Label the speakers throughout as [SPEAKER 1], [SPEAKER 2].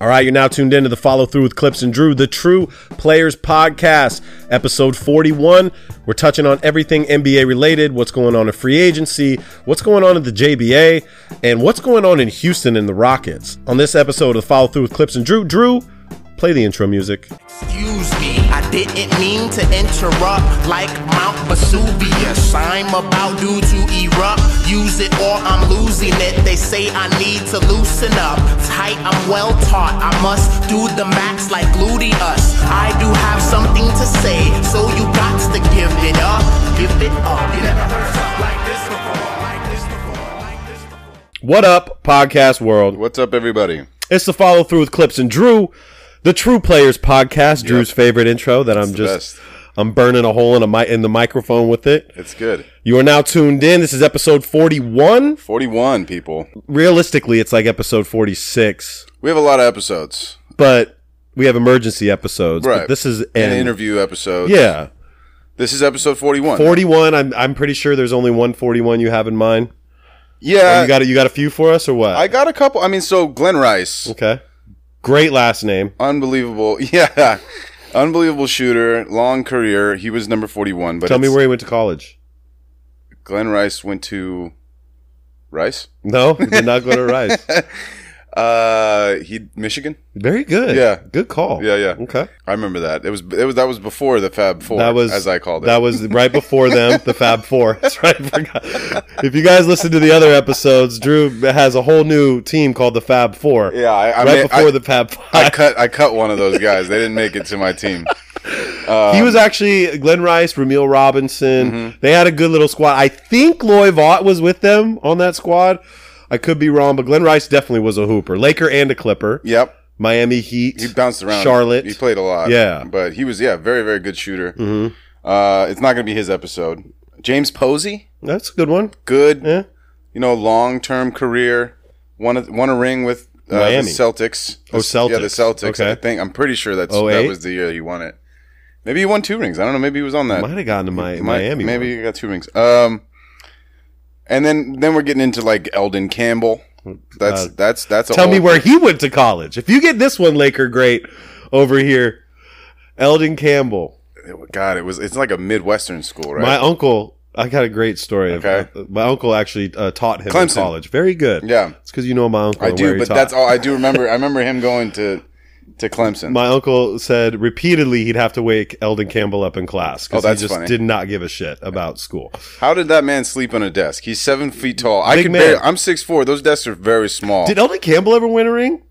[SPEAKER 1] All right, you're now tuned in to the follow through with Clips and Drew, the True Players Podcast, episode 41. We're touching on everything NBA related, what's going on in free agency, what's going on in the JBA, and what's going on in Houston and the Rockets. On this episode of the follow through with Clips and Drew, Drew, play the intro music.
[SPEAKER 2] Excuse me, I didn't mean to interrupt like Mount Vesuvius. I'm about due to erupt. Use it or I'm losing it. They say I need to loosen up. Tight, I'm well taught. I must do the max like gluteus. I do have something to say, so you got to give it up. Give it up. You never heard something like this before. Like this before. Like this before.
[SPEAKER 1] What up, podcast world?
[SPEAKER 3] What's up, everybody?
[SPEAKER 1] It's the follow through with Clips and Drew, the True Players Podcast, Drew's favorite intro that I'm
[SPEAKER 3] the
[SPEAKER 1] just.
[SPEAKER 3] best.
[SPEAKER 1] I'm burning a hole in a mi- in the microphone with it.
[SPEAKER 3] It's good.
[SPEAKER 1] You are now tuned in. This is episode 41.
[SPEAKER 3] 41 people.
[SPEAKER 1] Realistically, it's like episode 46,
[SPEAKER 3] We have a lot of episodes.
[SPEAKER 1] but we have emergency episodes. But
[SPEAKER 3] Right.
[SPEAKER 1] this is
[SPEAKER 3] An
[SPEAKER 1] an,
[SPEAKER 3] interview episode.
[SPEAKER 1] Yeah.
[SPEAKER 3] This is episode 41.
[SPEAKER 1] 41. I'm I'm pretty sure there's only one 41 you have in mind.
[SPEAKER 3] Yeah.
[SPEAKER 1] you got a, you got a few for us or what?
[SPEAKER 3] Uh, I got a couple. I mean, so Glenn Rice,
[SPEAKER 1] okay. Great last name.
[SPEAKER 3] unbelievable. Yeah. Unbelievable shooter, long career. He was number 41. But
[SPEAKER 1] Tell me
[SPEAKER 3] it's-
[SPEAKER 1] where he went to college.
[SPEAKER 3] Glenn Rice went to Rice?
[SPEAKER 1] No, he did not go to Rice.
[SPEAKER 3] Uh, he Michigan.
[SPEAKER 1] Very good.
[SPEAKER 3] Yeah.
[SPEAKER 1] Good call.
[SPEAKER 3] Yeah, yeah.
[SPEAKER 1] Okay.
[SPEAKER 3] I remember that. It was it was that was before the Fab 4
[SPEAKER 1] That was
[SPEAKER 3] as I called it.
[SPEAKER 1] That was right before them, the Fab Four. That's right. I forgot. If you guys listen to the other episodes, Drew has a whole new team called the Fab Four.
[SPEAKER 3] yeah, I, I
[SPEAKER 1] right
[SPEAKER 3] mean, I-
[SPEAKER 1] before the Fab Five.
[SPEAKER 3] I cut I cut one of those guys. They didn't make it to my team.
[SPEAKER 1] he was actually Glenn Rice, Ramil Robinson.
[SPEAKER 3] Mm-hmm.
[SPEAKER 1] They had a good little squad. I think Loy Vaught was with them on that squad. I could be wrong, but Glenn Rice definitely was a hooper, Laker and a Clipper.
[SPEAKER 3] Yep.
[SPEAKER 1] Miami Heat.
[SPEAKER 3] He bounced around.
[SPEAKER 1] Charlotte.
[SPEAKER 3] He played a lot.
[SPEAKER 1] Yeah. Mm-hmm.
[SPEAKER 3] But he was, yeah, very, very good shooter. Uh, it's not going to be his episode. James Posey,
[SPEAKER 1] That's a good one.
[SPEAKER 3] good,
[SPEAKER 1] Yeah.
[SPEAKER 3] you know, long term career. Won a, won a ring with uh,
[SPEAKER 1] Miami.
[SPEAKER 3] the Celtics.
[SPEAKER 1] Oh, Celtics.
[SPEAKER 3] Yeah, the Celtics.
[SPEAKER 1] Okay.
[SPEAKER 3] I think. I'm pretty sure that's, that
[SPEAKER 1] 08?
[SPEAKER 3] was the year he won it. Maybe he won two rings. I don't know. Maybe he was on that.
[SPEAKER 1] Might have gotten to Mi-
[SPEAKER 3] Might-
[SPEAKER 1] Miami.
[SPEAKER 3] Maybe he got two rings. Um, and then, then we're getting into like Eldon Campbell. That's
[SPEAKER 1] Uh,
[SPEAKER 3] that's that's. A
[SPEAKER 1] Tell me
[SPEAKER 3] whole-
[SPEAKER 1] where he went to college. If you get this one, Laker great over here, Eldon Campbell,
[SPEAKER 3] God, it was. It's like a midwestern school, right?
[SPEAKER 1] my uncle. I got a great story. of-
[SPEAKER 3] Okay.
[SPEAKER 1] my uncle actually uh, taught him in
[SPEAKER 3] Clemson.
[SPEAKER 1] college. Very good.
[SPEAKER 3] Yeah.
[SPEAKER 1] it's because you know my uncle.
[SPEAKER 3] I
[SPEAKER 1] and where
[SPEAKER 3] do,
[SPEAKER 1] he
[SPEAKER 3] but
[SPEAKER 1] taught.
[SPEAKER 3] that's all I do remember. I remember him going to to Clemson.
[SPEAKER 1] My uncle said repeatedly he'd have to wake Eldon Campbell up in class because
[SPEAKER 3] Oh,
[SPEAKER 1] he
[SPEAKER 3] that's
[SPEAKER 1] just
[SPEAKER 3] funny.
[SPEAKER 1] did not give a shit about school.
[SPEAKER 3] How did that man sleep on a desk? He's seven feet tall. I
[SPEAKER 1] Big
[SPEAKER 3] can
[SPEAKER 1] man.
[SPEAKER 3] barely. I'm six four. Those desks are very small.
[SPEAKER 1] Did Eldon Campbell ever win a ring
[SPEAKER 3] Oh.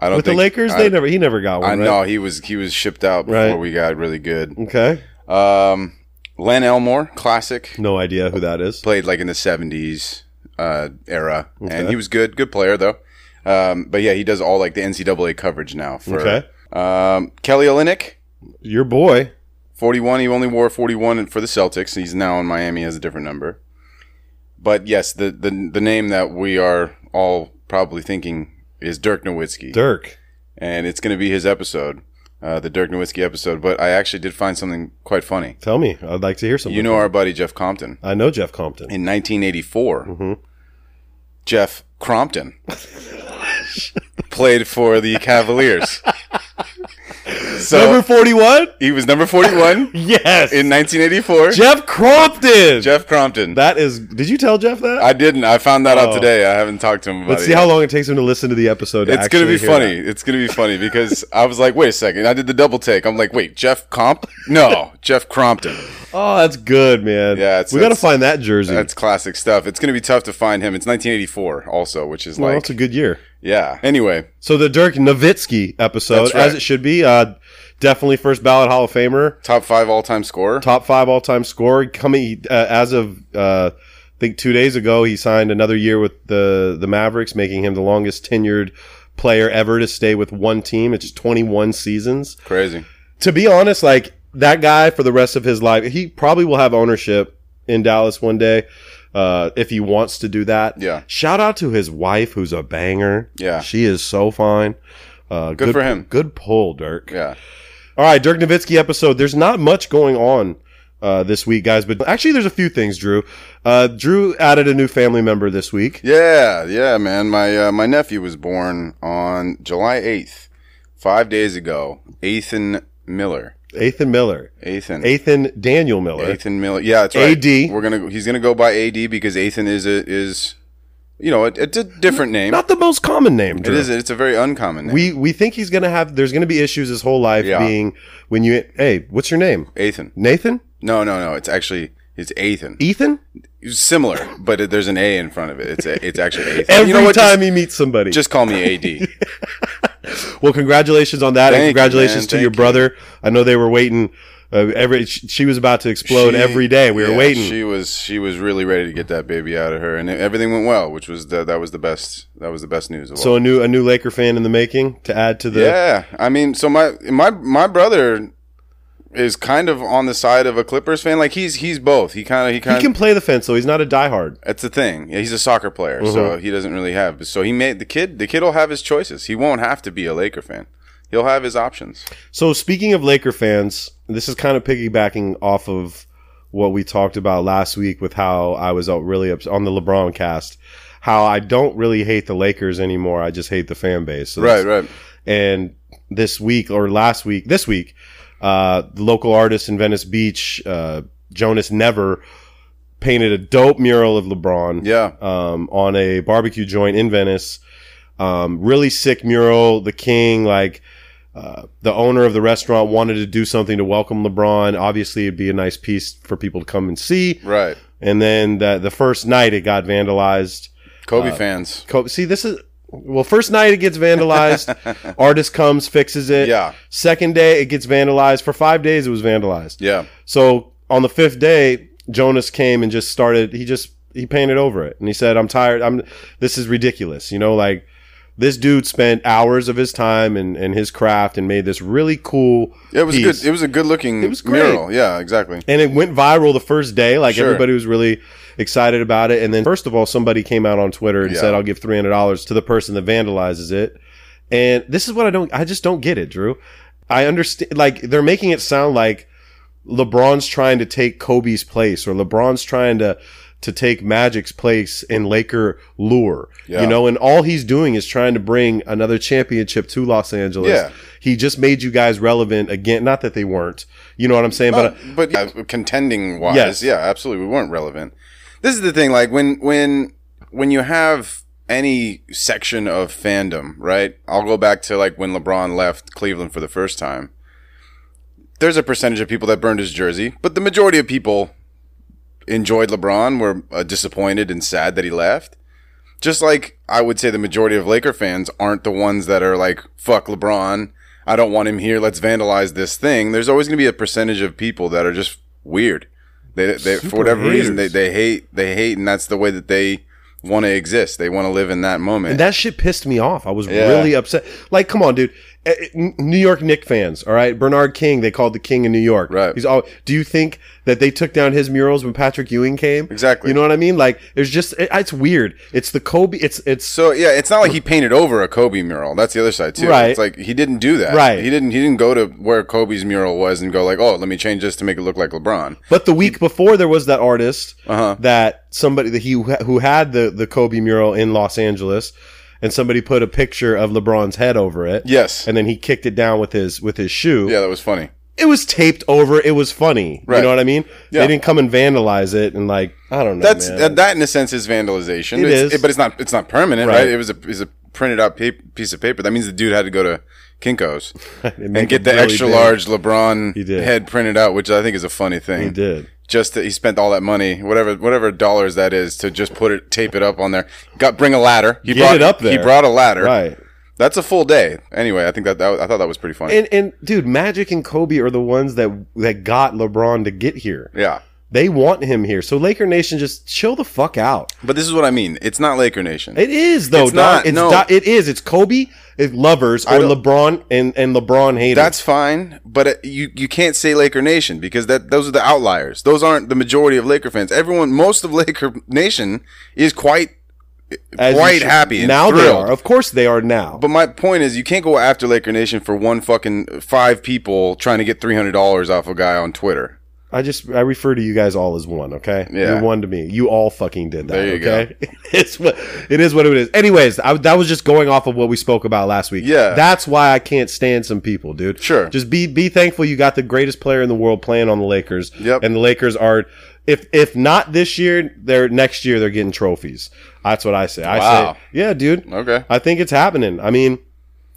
[SPEAKER 3] I don't
[SPEAKER 1] with the
[SPEAKER 3] think-
[SPEAKER 1] Lakers?
[SPEAKER 3] I,
[SPEAKER 1] they never. He never got one.
[SPEAKER 3] I
[SPEAKER 1] right?
[SPEAKER 3] know he was he was shipped out before
[SPEAKER 1] Right.
[SPEAKER 3] we got really good.
[SPEAKER 1] Okay,
[SPEAKER 3] Um, Len Elmore, classic,
[SPEAKER 1] no idea who that is.
[SPEAKER 3] played like in the seventies uh, era, and he was good, good player though. Um, but yeah, he does all like the NCAA coverage now. For,
[SPEAKER 1] Okay.
[SPEAKER 3] Um, Kelly Olynyk,
[SPEAKER 1] Your boy.
[SPEAKER 3] 41. He only wore 41 for the Celtics. He's now in Miami has a different number. But yes, the the, the name that we are all probably thinking is Dirk Nowitzki,
[SPEAKER 1] Dirk.
[SPEAKER 3] and it's going to be his episode, uh, the Dirk Nowitzki episode. But I actually did find something quite funny.
[SPEAKER 1] Tell me. I'd like to hear something.
[SPEAKER 3] You know our buddy Jeff Compton
[SPEAKER 1] I know Jeff Compton.
[SPEAKER 3] in 1984. Jeff Crompton played for the Cavaliers. So
[SPEAKER 4] Number 41?
[SPEAKER 3] he was number 41
[SPEAKER 4] Yes.
[SPEAKER 3] in 1984. Jeff,
[SPEAKER 4] Jeff Crompton.
[SPEAKER 3] Crompton.
[SPEAKER 4] That is. Did you tell Jeff that?
[SPEAKER 3] I didn't. I found that
[SPEAKER 4] Oh.
[SPEAKER 3] out today. I haven't talked to him about
[SPEAKER 1] Let's
[SPEAKER 3] it
[SPEAKER 1] see
[SPEAKER 3] yet.
[SPEAKER 1] how long it takes him to listen to the episode. to
[SPEAKER 3] It's gonna
[SPEAKER 1] actually
[SPEAKER 3] be
[SPEAKER 1] hear
[SPEAKER 3] funny. It's gonna be funny because I was like, wait a second. I did the double take. I'm like, wait, Jeff Comp? No, Jeff Crompton.
[SPEAKER 1] that. Oh, that's good, man.
[SPEAKER 3] Yeah, it's-
[SPEAKER 1] we got to
[SPEAKER 3] that's-
[SPEAKER 1] find that jersey.
[SPEAKER 3] That's classic stuff. It's gonna be tough to find him. It's 1984 also, which is
[SPEAKER 1] well,
[SPEAKER 3] like,
[SPEAKER 1] that's a good year.
[SPEAKER 3] yeah. Anyway,
[SPEAKER 1] So the Dirk Nowitzki episode,
[SPEAKER 3] That's right.
[SPEAKER 1] as it should be, uh, definitely first ballot Hall of Famer,
[SPEAKER 3] top five all time scorer.
[SPEAKER 1] top five all time scorer. Coming uh, as of uh, I think two days ago, he signed another year with the the Mavericks, making him the longest tenured player ever to stay with one team. It's 21 seasons.
[SPEAKER 3] Crazy.
[SPEAKER 1] to be honest, like that guy for the rest of his life, he probably will have ownership in Dallas one day uh, if he wants to do that.
[SPEAKER 3] Yeah.
[SPEAKER 1] Shout out to his wife, who's a banger.
[SPEAKER 3] Yeah.
[SPEAKER 1] She is so fine. Uh, good,
[SPEAKER 3] for him.
[SPEAKER 1] Good pull, Dirk.
[SPEAKER 3] Yeah.
[SPEAKER 1] All right, Dirk Nowitzki episode. There's not much going on uh, this week, guys, but actually, there's a few things, Drew. Uh, Drew added a new family member this week.
[SPEAKER 3] Yeah, yeah, man. My uh, my nephew was born on July 8th, five days ago. Ethan Miller.
[SPEAKER 1] Ethan Miller.
[SPEAKER 3] Ethan.
[SPEAKER 1] Ethan Daniel Miller.
[SPEAKER 3] Ethan Miller. Yeah, that's right.
[SPEAKER 1] AD.
[SPEAKER 3] We're gonna. He's gonna go by AD because Ethan is a is, you know, it, it's a different name.
[SPEAKER 1] Not the most common name,
[SPEAKER 3] it
[SPEAKER 1] Drew.
[SPEAKER 3] is. It's a very uncommon name.
[SPEAKER 1] We we think he's gonna have. There's gonna be issues his whole life
[SPEAKER 3] Yeah.
[SPEAKER 1] being when you. Hey, what's your name?
[SPEAKER 3] Ethan.
[SPEAKER 1] Nathan?
[SPEAKER 3] No, no, no. It's actually it's Ethan.
[SPEAKER 1] Ethan?
[SPEAKER 3] It's similar, but it, there's an A in front of it. It's a, it's actually Ethan.
[SPEAKER 1] Every
[SPEAKER 3] you know what?
[SPEAKER 1] time
[SPEAKER 3] Just,
[SPEAKER 1] he meets somebody.
[SPEAKER 3] just call me AD.
[SPEAKER 1] well, congratulations on that, and
[SPEAKER 3] Thank you,
[SPEAKER 1] congratulations
[SPEAKER 3] man.
[SPEAKER 1] to
[SPEAKER 3] Thank
[SPEAKER 1] your
[SPEAKER 3] you.
[SPEAKER 1] brother. I know they were waiting. Uh, every sh- she was about to explode
[SPEAKER 3] She-
[SPEAKER 1] every day. We were
[SPEAKER 3] yeah,
[SPEAKER 1] waiting.
[SPEAKER 3] She was she was really ready to get that baby out of her, and everything went well, which was the, that was the best that was the best news of all.
[SPEAKER 1] so a new a new Laker fan in the making to add to the.
[SPEAKER 3] Yeah, I mean, so my my my brother is kind of on the side of a Clippers fan. Like he's he's both. He kind of he
[SPEAKER 1] He
[SPEAKER 3] kind
[SPEAKER 1] can
[SPEAKER 3] of.
[SPEAKER 1] play the fence, so he's not a diehard.
[SPEAKER 3] That's the thing. Yeah, he's a soccer player, so he doesn't really have. So he made the kid. The kid will have his choices. He won't have to be a Laker fan. He'll have his options.
[SPEAKER 1] So speaking of Laker fans, this is kind of piggybacking off of what we talked about last week with how I was out really ups- on the LeBron cast, how I don't really hate the Lakers anymore. I just hate the fan base. So
[SPEAKER 3] Right,
[SPEAKER 1] this-
[SPEAKER 3] right.
[SPEAKER 1] And this week or last week, this week, uh, the local artist in Venice Beach, uh, Jonas Never, painted a dope mural of LeBron
[SPEAKER 3] Yeah,
[SPEAKER 1] um, on a barbecue joint in Venice. Um, really sick mural. The king, like uh, the owner of the restaurant, wanted to do something to welcome LeBron. Obviously, it'd be a nice piece for people to come and see.
[SPEAKER 3] right.
[SPEAKER 1] And then the, the first night, it got vandalized.
[SPEAKER 3] Kobe fans.
[SPEAKER 1] Co- see, this is well, first night it gets vandalized. Artist comes, fixes it.
[SPEAKER 3] Yeah.
[SPEAKER 1] Second day, it gets vandalized. For five days, it was vandalized.
[SPEAKER 3] Yeah,
[SPEAKER 1] So on the fifth day, Jonas came and just started. He just he painted over it, and he said, "I'm tired. I'm this is ridiculous. You know, like this dude spent hours of his time and and his craft and made this really cool.
[SPEAKER 3] it was
[SPEAKER 1] piece.
[SPEAKER 3] good. It was a good looking
[SPEAKER 1] was great.
[SPEAKER 3] mural. Yeah, exactly.
[SPEAKER 1] and it went viral the first day. Like
[SPEAKER 3] Sure.
[SPEAKER 1] everybody was really excited about it. And then first of all, somebody came out on Twitter and
[SPEAKER 3] Yeah.
[SPEAKER 1] said, "I'll give three hundred dollars to the person that vandalizes it." And this is what I don't. I just don't get it, Drew. I understand. Like they're making it sound like LeBron's trying to take Kobe's place, or LeBron's trying to to take Magic's place in Laker lure.
[SPEAKER 3] Yeah.
[SPEAKER 1] You know, and all he's doing is trying to bring another championship to Los Angeles.
[SPEAKER 3] Yeah.
[SPEAKER 1] He just made you guys relevant again. Not that they weren't. You know what I'm saying? but uh,
[SPEAKER 3] but but yeah, contending wise,
[SPEAKER 1] Yes.
[SPEAKER 3] yeah, absolutely, we weren't relevant. This is the thing, like when when when you have any section of fandom, right? I'll go back to like when LeBron left Cleveland for the first time. There's a percentage of people that burned his jersey, but the majority of people enjoyed LeBron, were uh, disappointed and sad that he left. Just like I would say the majority of Laker fans aren't the ones that are like, fuck LeBron. I don't want him here. Let's vandalize this thing. There's always going to be a percentage of people that are just weird. They, they
[SPEAKER 1] Super
[SPEAKER 3] for whatever reason, they,
[SPEAKER 1] haters.
[SPEAKER 3] they hate, they hate, and that's the way that they want to exist. They want to live in that moment.
[SPEAKER 1] And that shit pissed me off. I was
[SPEAKER 3] Yeah.
[SPEAKER 1] really upset. Like, come on, dude. Eh, eh, N- New York Knicks fans, all right. Bernard King, they called the king of New York.
[SPEAKER 3] Right.
[SPEAKER 1] He's all. Do you think that they took down his murals when Patrick Ewing came?
[SPEAKER 3] Exactly.
[SPEAKER 1] You know what I mean? Like, there's just it, it's weird. It's the Kobe. It's it's
[SPEAKER 3] so yeah, it's not like he painted over a Kobe mural. That's the other side too.
[SPEAKER 1] Right.
[SPEAKER 3] It's like he didn't do that.
[SPEAKER 1] Right.
[SPEAKER 3] He didn't. He didn't go to where Kobe's mural was and go like, oh, let me change this to make it look like LeBron.
[SPEAKER 1] But the week before, there was that artist
[SPEAKER 3] Uh-huh.
[SPEAKER 1] that somebody that he who had the the Kobe mural in Los Angeles, and somebody put a picture of LeBron's head over it.
[SPEAKER 3] Yes.
[SPEAKER 1] And then he kicked it down with his with his shoe.
[SPEAKER 3] yeah, that was funny.
[SPEAKER 1] It was taped over. It was funny. You
[SPEAKER 3] Right.
[SPEAKER 1] know what I mean?
[SPEAKER 3] Yeah.
[SPEAKER 1] They didn't come and vandalize it and like I don't know.
[SPEAKER 3] That's
[SPEAKER 1] man.
[SPEAKER 3] that, that in a sense is vandalization.
[SPEAKER 1] It
[SPEAKER 3] it's,
[SPEAKER 1] is.
[SPEAKER 3] but it's not it's not permanent, right?
[SPEAKER 1] Right.
[SPEAKER 3] It was a is a printed out pa- piece of paper. That means the dude had to go to Kinkos and
[SPEAKER 1] make
[SPEAKER 3] get
[SPEAKER 1] it
[SPEAKER 3] the
[SPEAKER 1] really
[SPEAKER 3] extra
[SPEAKER 1] big.
[SPEAKER 3] large LeBron
[SPEAKER 1] He did.
[SPEAKER 3] head printed out, which I think is a funny thing.
[SPEAKER 1] He did.
[SPEAKER 3] Just that he spent all that money, whatever whatever dollars that is, to just put it tape it up on there. Got bring a ladder. He
[SPEAKER 1] Get
[SPEAKER 3] brought
[SPEAKER 1] it up
[SPEAKER 3] He
[SPEAKER 1] there.
[SPEAKER 3] brought a ladder.
[SPEAKER 1] Right.
[SPEAKER 3] That's a full day. Anyway, I think that, that I thought that was pretty funny.
[SPEAKER 1] And and dude, Magic and Kobe are the ones that that got LeBron to get here.
[SPEAKER 3] yeah.
[SPEAKER 1] They want him here. So Laker Nation just chill the fuck out.
[SPEAKER 3] But this is what I mean. It's not Laker Nation.
[SPEAKER 1] It is though.
[SPEAKER 3] It's
[SPEAKER 1] It's
[SPEAKER 3] not,
[SPEAKER 1] It's
[SPEAKER 3] no.
[SPEAKER 1] Doc- it is. It's Kobe it's lovers or
[SPEAKER 3] don't-
[SPEAKER 1] LeBron and and LeBron haters.
[SPEAKER 3] That's fine, but uh, you you can't say Laker Nation because that those are the outliers. Those aren't the majority of Laker fans. Everyone, most of Laker Nation is quite
[SPEAKER 1] As you
[SPEAKER 3] quite
[SPEAKER 1] should-
[SPEAKER 3] happy and
[SPEAKER 1] now. They
[SPEAKER 3] thrilled.
[SPEAKER 1] are. Of course they are now.
[SPEAKER 3] But my point is, you can't go after Laker Nation for one fucking five people trying to get three hundred dollars off a guy on Twitter.
[SPEAKER 1] I just I refer to you guys all as one, okay?
[SPEAKER 3] Yeah.
[SPEAKER 1] You're one to me. You all fucking did that.
[SPEAKER 3] There you
[SPEAKER 1] okay? it's what it is what it is. Anyways, I, that was just going off of what we spoke about last week.
[SPEAKER 3] Yeah.
[SPEAKER 1] That's why I can't stand some people, dude.
[SPEAKER 3] Sure.
[SPEAKER 1] Just be be thankful you got the greatest player in the world playing on the Lakers.
[SPEAKER 3] Yep.
[SPEAKER 1] And the Lakers are if if not this year, they're next year they're getting trophies. That's what I say. I
[SPEAKER 3] Wow.
[SPEAKER 1] say Yeah, dude.
[SPEAKER 3] Okay.
[SPEAKER 1] I think it's happening. I mean,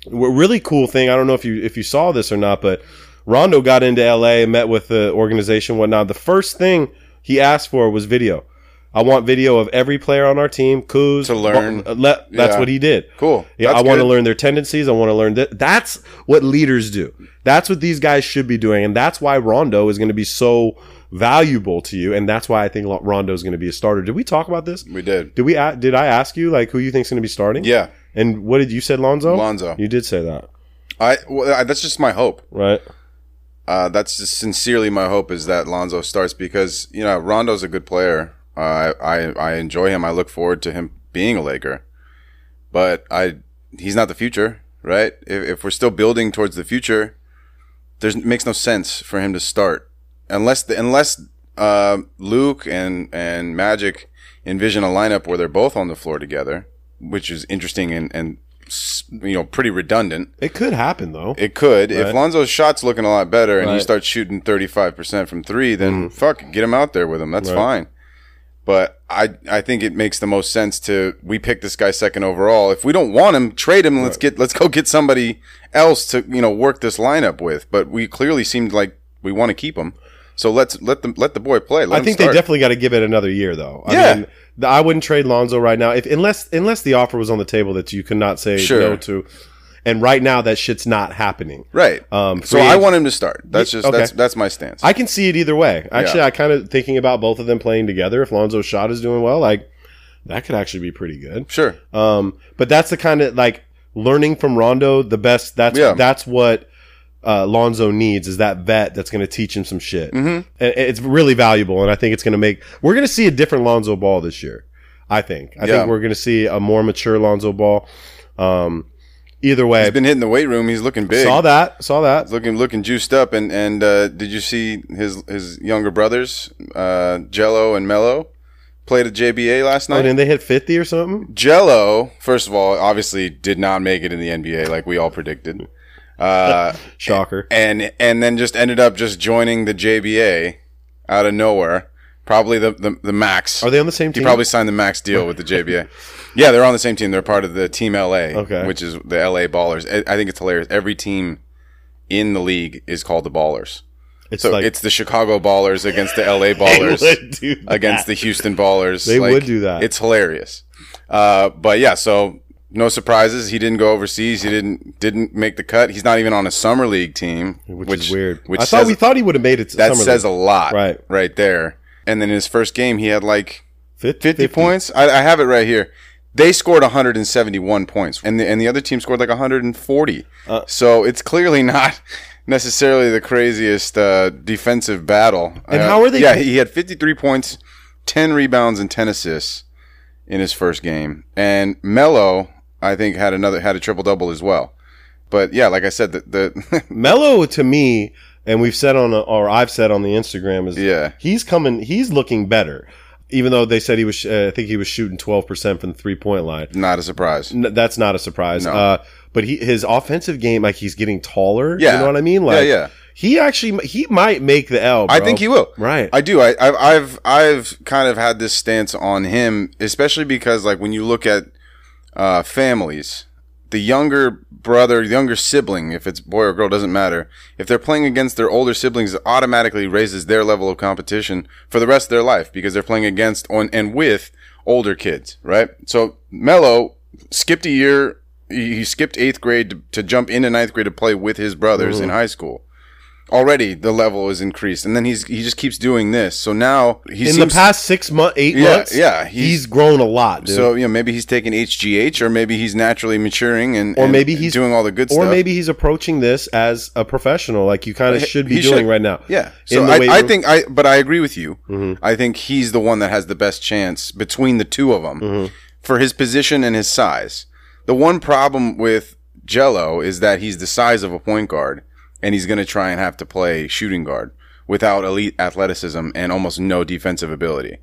[SPEAKER 1] a really cool thing. I don't know if you if you saw this or not, but Rondo got into LA and met with the organization and whatnot. The first thing he asked for was video. I want video of every player on our team. Kuz
[SPEAKER 3] To learn.
[SPEAKER 1] Bo- le- that's
[SPEAKER 3] Yeah.
[SPEAKER 1] what he did.
[SPEAKER 3] Cool.
[SPEAKER 1] Yeah,
[SPEAKER 3] That's
[SPEAKER 1] I want to
[SPEAKER 3] good.
[SPEAKER 1] learn their tendencies. I want to learn that. That's what leaders do. That's what these guys should be doing, and that's why Rondo is going to be so valuable to you, and that's why I think Rondo is going to be a starter. Did we talk about this?
[SPEAKER 3] We did.
[SPEAKER 1] Did we? a- Did I ask you like who you think's going to be starting?
[SPEAKER 3] Yeah,
[SPEAKER 1] And what did you say, Lonzo?
[SPEAKER 3] Lonzo.
[SPEAKER 1] You did say that,
[SPEAKER 3] I, well, I that's just my hope.
[SPEAKER 1] right?
[SPEAKER 3] Uh, that's just sincerely my hope is that Lonzo starts because you know Rondo's a good player. Uh, I, I I enjoy him. I look forward to him being a Laker, but I he's not the future, right? If, if we're still building towards the future, there's makes no sense for him to start unless the, unless uh, Luke and and Magic envision a lineup where they're both on the floor together, which is interesting and and s- you know pretty redundant.
[SPEAKER 1] It could happen though.
[SPEAKER 3] It could. If
[SPEAKER 1] Right.
[SPEAKER 3] Lonzo's shot's looking a lot better and you
[SPEAKER 1] Right. Mm.
[SPEAKER 3] start shooting 35% from three, then fuck, get him out there with him. That's fine. But I, I think it makes the most sense to we pick this guy second overall. If we don't want him, trade him. Let's get let's go get somebody else to you know work this lineup with. But we clearly seemed like we want to keep him, so let's let the let the boy play. Let
[SPEAKER 1] I
[SPEAKER 3] him
[SPEAKER 1] think
[SPEAKER 3] start.
[SPEAKER 1] they definitely got to give it another year though. I
[SPEAKER 3] Yeah.
[SPEAKER 1] mean, th- I wouldn't trade Lonzo right now if unless unless the offer was on the table that you could not say
[SPEAKER 3] Sure.
[SPEAKER 1] no to. And right now, that shit's not happening.
[SPEAKER 3] right.
[SPEAKER 1] Um,
[SPEAKER 3] so
[SPEAKER 1] free
[SPEAKER 3] I
[SPEAKER 1] agent-
[SPEAKER 3] want him to start. That's
[SPEAKER 1] Ye-
[SPEAKER 3] just
[SPEAKER 1] okay.
[SPEAKER 3] that's that's my stance.
[SPEAKER 1] I can see it either way. Actually,
[SPEAKER 3] Yeah.
[SPEAKER 1] I kind of thinking about both of them playing together. If Lonzo's shot is doing well, like that could actually be pretty good.
[SPEAKER 3] sure.
[SPEAKER 1] Um, but that's the kind of like learning from Rondo. The best. That's
[SPEAKER 3] Yeah.
[SPEAKER 1] that's what uh, Lonzo needs is that vet that's going to teach him some shit. Mm-hmm. And it's really valuable, and I think it's going to make we're going to see a different Lonzo Ball this year. I think. I
[SPEAKER 3] Yeah.
[SPEAKER 1] think we're going to see a more mature Lonzo Ball. Um, either way,
[SPEAKER 3] He's been hitting the weight room. He's looking big.
[SPEAKER 1] saw that. Saw that.
[SPEAKER 3] looking looking juiced up and and uh, did you see his his younger brothers uh, Jello and Mello played at JBA last
[SPEAKER 1] And
[SPEAKER 3] night?
[SPEAKER 1] then they hit fifty or something.
[SPEAKER 3] Jello, first of all, obviously did not make it in the NBA like we all predicted, uh,
[SPEAKER 1] Shocker.
[SPEAKER 3] and and then just ended up just joining the JBA out of nowhere. Probably the the, the max.
[SPEAKER 1] Are they on the same
[SPEAKER 3] He
[SPEAKER 1] team?
[SPEAKER 3] probably signed the max deal with the JBA. yeah, they're on the same team. They're part of the Team LA,
[SPEAKER 1] Okay.
[SPEAKER 3] which is the LA Ballers. I- I think it's hilarious. Every team in the league is called the Ballers.
[SPEAKER 1] it's
[SPEAKER 3] So
[SPEAKER 1] like
[SPEAKER 3] it's the Chicago Ballers against the LA
[SPEAKER 1] they
[SPEAKER 3] Ballers
[SPEAKER 1] would do that.
[SPEAKER 3] against the Houston Ballers.
[SPEAKER 1] They would do that.
[SPEAKER 3] It's hilarious. Uh, but yeah, so no surprises. He didn't go overseas. He didn't didn't make the cut. He's not even on a summer league team,
[SPEAKER 1] which, is weird.
[SPEAKER 3] Which
[SPEAKER 1] I thought
[SPEAKER 3] says-
[SPEAKER 1] we thought he would have made it. To
[SPEAKER 3] that
[SPEAKER 1] summer
[SPEAKER 3] says
[SPEAKER 1] league.
[SPEAKER 3] a lot,
[SPEAKER 1] Right.
[SPEAKER 3] Right there. And then in his first game, he had like
[SPEAKER 1] 50,
[SPEAKER 3] 50 points. I, I have it right here. They scored 171 points, and the and the other team scored like 140.
[SPEAKER 1] Uh.
[SPEAKER 3] so it's clearly not necessarily the craziest uh, defensive battle.
[SPEAKER 1] And
[SPEAKER 3] Uh,
[SPEAKER 1] how are they-
[SPEAKER 3] Yeah, he had 53 points, 10 rebounds, and 10 assists in his first game. And Mello, I think, had another had a triple double as well. But yeah, like I said, the, the
[SPEAKER 1] Mello to me, and we've said on or I've said on the Instagram is
[SPEAKER 3] Yeah.
[SPEAKER 1] he's coming. He's looking better. even though they said he was, sh- uh, I think he was shooting 12% from the three point line.
[SPEAKER 3] Not a surprise.
[SPEAKER 1] N- that's not a surprise.
[SPEAKER 3] No.
[SPEAKER 1] Uh, but he, his offensive game, like he's getting taller.
[SPEAKER 3] Yeah.
[SPEAKER 1] You know what I mean?
[SPEAKER 3] Yeah,
[SPEAKER 1] Like,
[SPEAKER 3] yeah.
[SPEAKER 1] He actually, he might make the L.
[SPEAKER 3] I
[SPEAKER 1] bro.
[SPEAKER 3] think he will.
[SPEAKER 1] Right.
[SPEAKER 3] I do. I, I've I've I've kind of had this stance on him, especially because like when you look at uh, families, the younger brother, younger sibling, if it's boy or girl, doesn't matter. If they're playing against their older siblings, it automatically raises their level of competition for the rest of their life because they're playing against on and with older kids, right? So Mello skipped a year. He he skipped eighth grade to, to jump into ninth grade to play with his brothers in high school already the level is increased, and then he's he just keeps doing this. So now he
[SPEAKER 1] in
[SPEAKER 3] seems,
[SPEAKER 1] the past six months, eight
[SPEAKER 3] Yeah,
[SPEAKER 1] months,
[SPEAKER 3] yeah,
[SPEAKER 1] he's,
[SPEAKER 3] he's-
[SPEAKER 1] grown a lot, dude.
[SPEAKER 3] So you know maybe he's taking HGH, or maybe he's naturally maturing, and
[SPEAKER 1] or
[SPEAKER 3] and-
[SPEAKER 1] maybe
[SPEAKER 3] and
[SPEAKER 1] he's
[SPEAKER 3] doing all the good
[SPEAKER 1] or
[SPEAKER 3] stuff.
[SPEAKER 1] maybe he's approaching this as a professional, like you kind of should be
[SPEAKER 3] He
[SPEAKER 1] doing right now.
[SPEAKER 3] Yeah.
[SPEAKER 1] in
[SPEAKER 3] So
[SPEAKER 1] the weight
[SPEAKER 3] I, I
[SPEAKER 1] room. Mm-hmm.
[SPEAKER 3] think I, but I agree with you. I think he's the one that has the best chance between the two of them
[SPEAKER 1] Mm-hmm.
[SPEAKER 3] for his position and his size. The one problem with Jello is that he's the size of a point guard, and he's going to try and have to play shooting guard without elite athleticism and almost no defensive ability.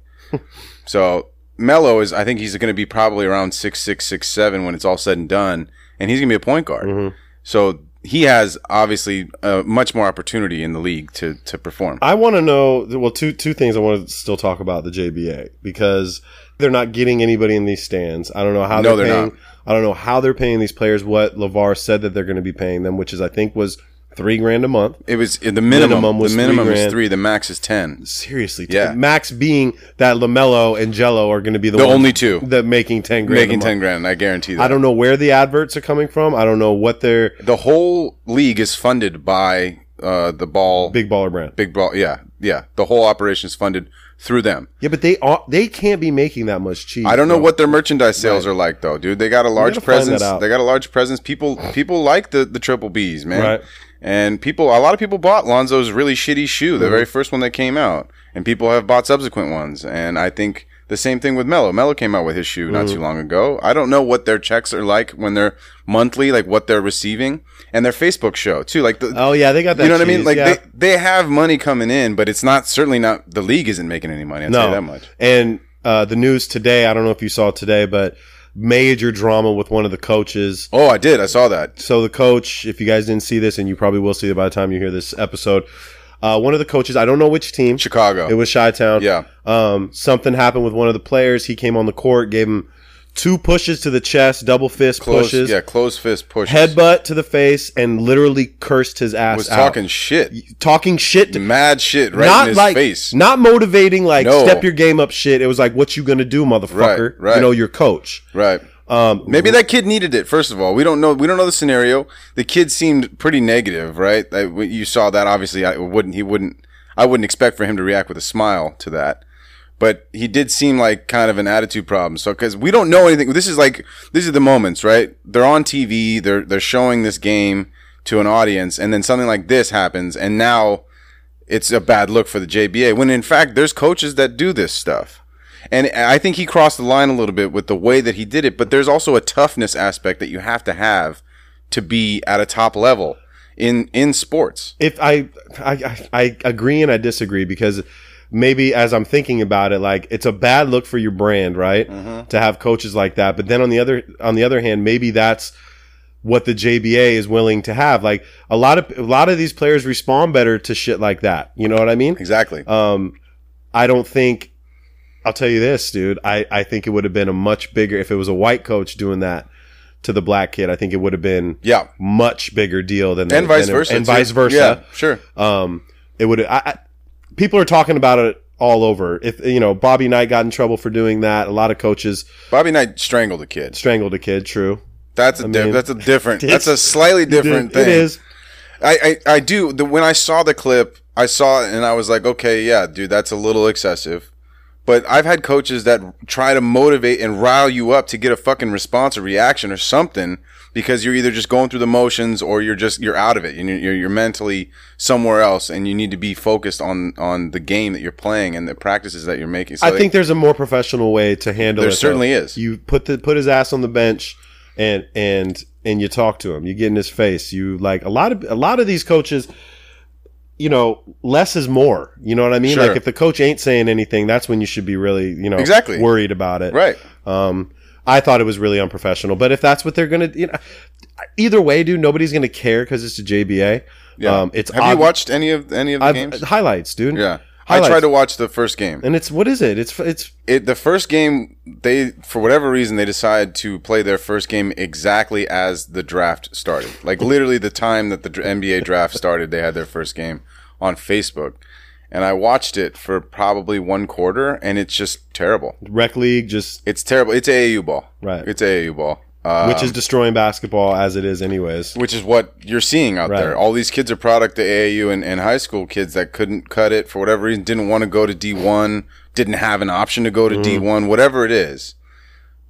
[SPEAKER 3] so Melo is, I think he's going to be probably around six six six seven when it's all said and done, and he's going to be a point guard.
[SPEAKER 1] Mm-hmm.
[SPEAKER 3] So he has obviously uh, much more opportunity in the league to to perform.
[SPEAKER 1] I want to know. Well, two two things I want to still talk about the JBA because they're not getting anybody in these stands. I don't know how
[SPEAKER 3] No,
[SPEAKER 1] they're,
[SPEAKER 3] they're
[SPEAKER 1] paying.
[SPEAKER 3] not.
[SPEAKER 1] I don't know how they're paying these players. What Levar said that they're going to be paying them, which is I think was three grand a month.
[SPEAKER 3] It was the minimum.
[SPEAKER 1] Minimum was
[SPEAKER 3] the minimum
[SPEAKER 1] three grand.
[SPEAKER 3] is three. The max is ten.
[SPEAKER 1] Seriously,
[SPEAKER 3] Yeah.
[SPEAKER 1] Max being that Lamelo and Jello are going to be the,
[SPEAKER 3] The
[SPEAKER 1] ones
[SPEAKER 3] only two.
[SPEAKER 1] that making ten grand. a
[SPEAKER 3] Making
[SPEAKER 1] month.
[SPEAKER 3] ten grand, I guarantee that.
[SPEAKER 1] I don't know where the adverts are coming from. I don't know what their
[SPEAKER 3] the whole league is funded by uh, the ball, big,
[SPEAKER 1] big baller brand.
[SPEAKER 3] ball. Yeah, yeah. The whole operation is funded through them.
[SPEAKER 1] Yeah, but they are, they can't be making that much cheese.
[SPEAKER 3] I don't know
[SPEAKER 1] bro.
[SPEAKER 3] what their merchandise sales are like though, dude. They got a large
[SPEAKER 1] gotta find that
[SPEAKER 3] presence.
[SPEAKER 1] out.
[SPEAKER 3] They got a large presence. People people like the the triple Bs, man.
[SPEAKER 1] Right.
[SPEAKER 3] And people, a lot of people bought Lonzo's really shitty shoe,
[SPEAKER 1] Mm-hmm.
[SPEAKER 3] the very first one that came out, and people have bought subsequent ones. And I think the same thing with Mello. Mello came out with his shoe
[SPEAKER 1] Mm-hmm.
[SPEAKER 3] not too long ago. I don't know what their checks are like when they're monthly, like what they're receiving, and their Facebook show too. Like the,
[SPEAKER 1] Oh yeah, they got that.
[SPEAKER 3] you know what I mean?
[SPEAKER 1] cheese,
[SPEAKER 3] Like
[SPEAKER 1] yeah.
[SPEAKER 3] they, they have money coming in, but it's not certainly not the league isn't making any money. I'll tell you that much.
[SPEAKER 1] And uh, the news today, I don't know if you saw it today, but major drama with one of the coaches.
[SPEAKER 3] Oh, I did. I saw that.
[SPEAKER 1] So the coach, if you guys didn't see this, and you probably will see it by the time you hear this episode, uh, one of the coaches, I don't know which team,
[SPEAKER 3] Chicago.
[SPEAKER 1] it was Chi Town.
[SPEAKER 3] Yeah.
[SPEAKER 1] Um, something happened with one of the players. He came on the court, gave him two pushes to the chest, double fist
[SPEAKER 3] close,
[SPEAKER 1] pushes,
[SPEAKER 3] Yeah, closed fist pushes.
[SPEAKER 1] headbutt to the face, and literally cursed his ass
[SPEAKER 3] was
[SPEAKER 1] out.
[SPEAKER 3] talking shit,
[SPEAKER 1] talking shit to
[SPEAKER 3] mad shit right in his
[SPEAKER 1] like
[SPEAKER 3] face.
[SPEAKER 1] not motivating like
[SPEAKER 3] No.
[SPEAKER 1] step your game up shit. It was like what you gonna do, motherfucker?
[SPEAKER 3] Right, right.
[SPEAKER 1] You know your coach.
[SPEAKER 3] right.
[SPEAKER 1] Um,
[SPEAKER 3] Maybe that kid needed it. First of all, we don't know. We don't know the scenario. The kid seemed pretty negative, right? That- You saw that. Obviously, I wouldn't. He wouldn't. I wouldn't expect for him to react with a smile to that. But he did seem like kind of an attitude problem. So because we don't know anything, this is like these are the moments, right? They're on TV. They're they're showing this game to an audience, and then something like this happens, and now it's a bad look for the JBA. When in fact, there's coaches that do this stuff. And I think he crossed the line a little bit with the way that he did it, but there's also a toughness aspect that you have to have to be at a top level in in sports.
[SPEAKER 1] if I, I I I agree and I disagree because maybe as I'm thinking about it, like it's a bad look for your brand, right?
[SPEAKER 3] Mm-hmm.
[SPEAKER 1] To have coaches like that. But then on the other on the other hand, maybe that's what the JBA is willing to have. Like a lot of a lot of these players respond better to shit like that. You know what I mean?
[SPEAKER 3] Exactly.
[SPEAKER 1] Um, I don't think. I'll tell you this, dude. I, I think it would have been a much bigger if it was a white coach doing that to the black kid. I think it would have been
[SPEAKER 3] yeah.
[SPEAKER 1] much bigger deal than
[SPEAKER 3] And vice
[SPEAKER 1] than-
[SPEAKER 3] versa.
[SPEAKER 1] and
[SPEAKER 3] too.
[SPEAKER 1] vice versa.
[SPEAKER 3] Yeah, sure.
[SPEAKER 1] Um, it would. I, I, people are talking about it all over. If you know, Bobby Knight got in trouble for doing that. A lot of coaches
[SPEAKER 3] Bobby Knight strangled a kid.
[SPEAKER 1] strangled a kid. True,
[SPEAKER 3] That's a di-
[SPEAKER 1] mean,
[SPEAKER 3] that's a different.
[SPEAKER 1] it's-
[SPEAKER 3] That's a slightly different
[SPEAKER 1] it,
[SPEAKER 3] thing.
[SPEAKER 1] It is.
[SPEAKER 3] I, I, I do. The, when I saw the clip, I saw it and I was like, okay, yeah, dude, that's a little excessive. But I've had coaches that try to motivate and rile you up to get a fucking response or reaction or something because you're either just going through the motions or you're just you're out of it and you're, you're, you're mentally somewhere else and you need to be focused on on the game that you're playing and the practices that you're making. So
[SPEAKER 1] I think there's a more professional way to handle
[SPEAKER 3] There
[SPEAKER 1] it. though.
[SPEAKER 3] certainly is.
[SPEAKER 1] You put the put his ass on the bench and and and you talk to him. You get in his face. You like a lot of a lot of these coaches you know, less is more. You know what I mean?
[SPEAKER 3] Sure.
[SPEAKER 1] Like if the coach ain't saying anything, that's when you should be really, you know,
[SPEAKER 3] Exactly.
[SPEAKER 1] worried about it.
[SPEAKER 3] Right.
[SPEAKER 1] Um, I thought it was really unprofessional, but if that's what they're gonna, you know, either way, dude, nobody's gonna care because it's a JBA.
[SPEAKER 3] Yeah.
[SPEAKER 1] Um, it's
[SPEAKER 3] Have
[SPEAKER 1] ob-
[SPEAKER 3] you watched any of any of the
[SPEAKER 1] I've-
[SPEAKER 3] games?
[SPEAKER 1] highlights, dude.
[SPEAKER 3] Yeah. I
[SPEAKER 1] Highlights.
[SPEAKER 3] tried to watch the first game.
[SPEAKER 1] And it's what is it? It's it's
[SPEAKER 3] It the first game they for whatever reason they decide to play their first game exactly as the draft started. Like literally the time that the dr- NBA draft started, they had their first game on Facebook. And I watched it for probably one quarter and it's just terrible.
[SPEAKER 1] rec league, just
[SPEAKER 3] It's terrible. It's AAU ball.
[SPEAKER 1] Right.
[SPEAKER 3] It's AAU ball. Uh,
[SPEAKER 1] which is destroying basketball as it is, anyways.
[SPEAKER 3] which is what you're seeing out
[SPEAKER 1] Right.
[SPEAKER 3] there. All these kids are product of AAU and, and high school kids that couldn't cut it for whatever reason, didn't want to go to D1, didn't have an option to
[SPEAKER 1] Mm.
[SPEAKER 3] go to D1, whatever it is.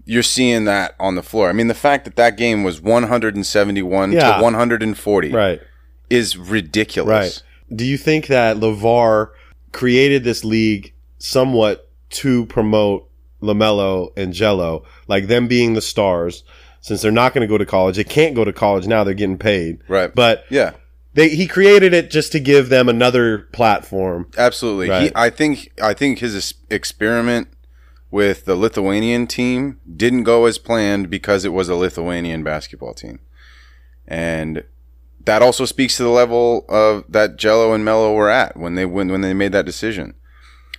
[SPEAKER 3] You're seeing that on the floor. I mean, the fact that that game was 171
[SPEAKER 1] Yeah.
[SPEAKER 3] to 140
[SPEAKER 1] Right.
[SPEAKER 3] is ridiculous.
[SPEAKER 1] Right. Do you think that LeVar created this league somewhat to promote LaMelo and Jello, like them being the stars, since they're not going to go to college? They can't go to college now, they're getting paid.
[SPEAKER 3] Right.
[SPEAKER 1] But
[SPEAKER 3] Yeah,
[SPEAKER 1] they, he created it just to give them another platform.
[SPEAKER 3] absolutely.
[SPEAKER 1] Right.
[SPEAKER 3] He, I think I think his es- experiment with the Lithuanian team didn't go as planned because it was a Lithuanian basketball team. and that also speaks to the level of that Jello and Mello were at when they when, when they made that decision.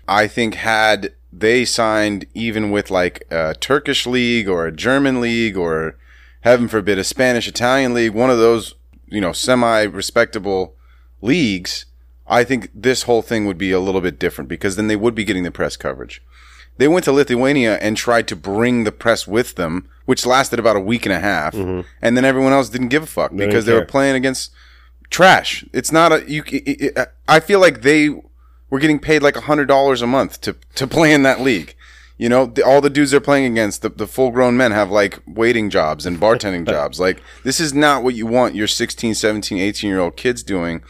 [SPEAKER 3] I think had they signed even with like a Turkish league or a German league or heaven forbid a Spanish Italian league, one of those you know semi respectable leagues, I think this whole thing would be a little bit different because then they would be getting the press coverage. They went to Lithuania and tried to bring the press with them, which lasted about a week and a half, and then everyone else didn't give a fuck
[SPEAKER 1] Mm-hmm. didn't
[SPEAKER 3] because they were
[SPEAKER 1] care.
[SPEAKER 3] playing against trash. It's not a you. c- It, it, I feel like they were getting paid like hundred dollars a month to to play in that league. You know, the, all the dudes they're playing against, the, the full grown men have like waiting jobs and bartending jobs. Like, this is not what you want your 16, 17, 18 year old kids doing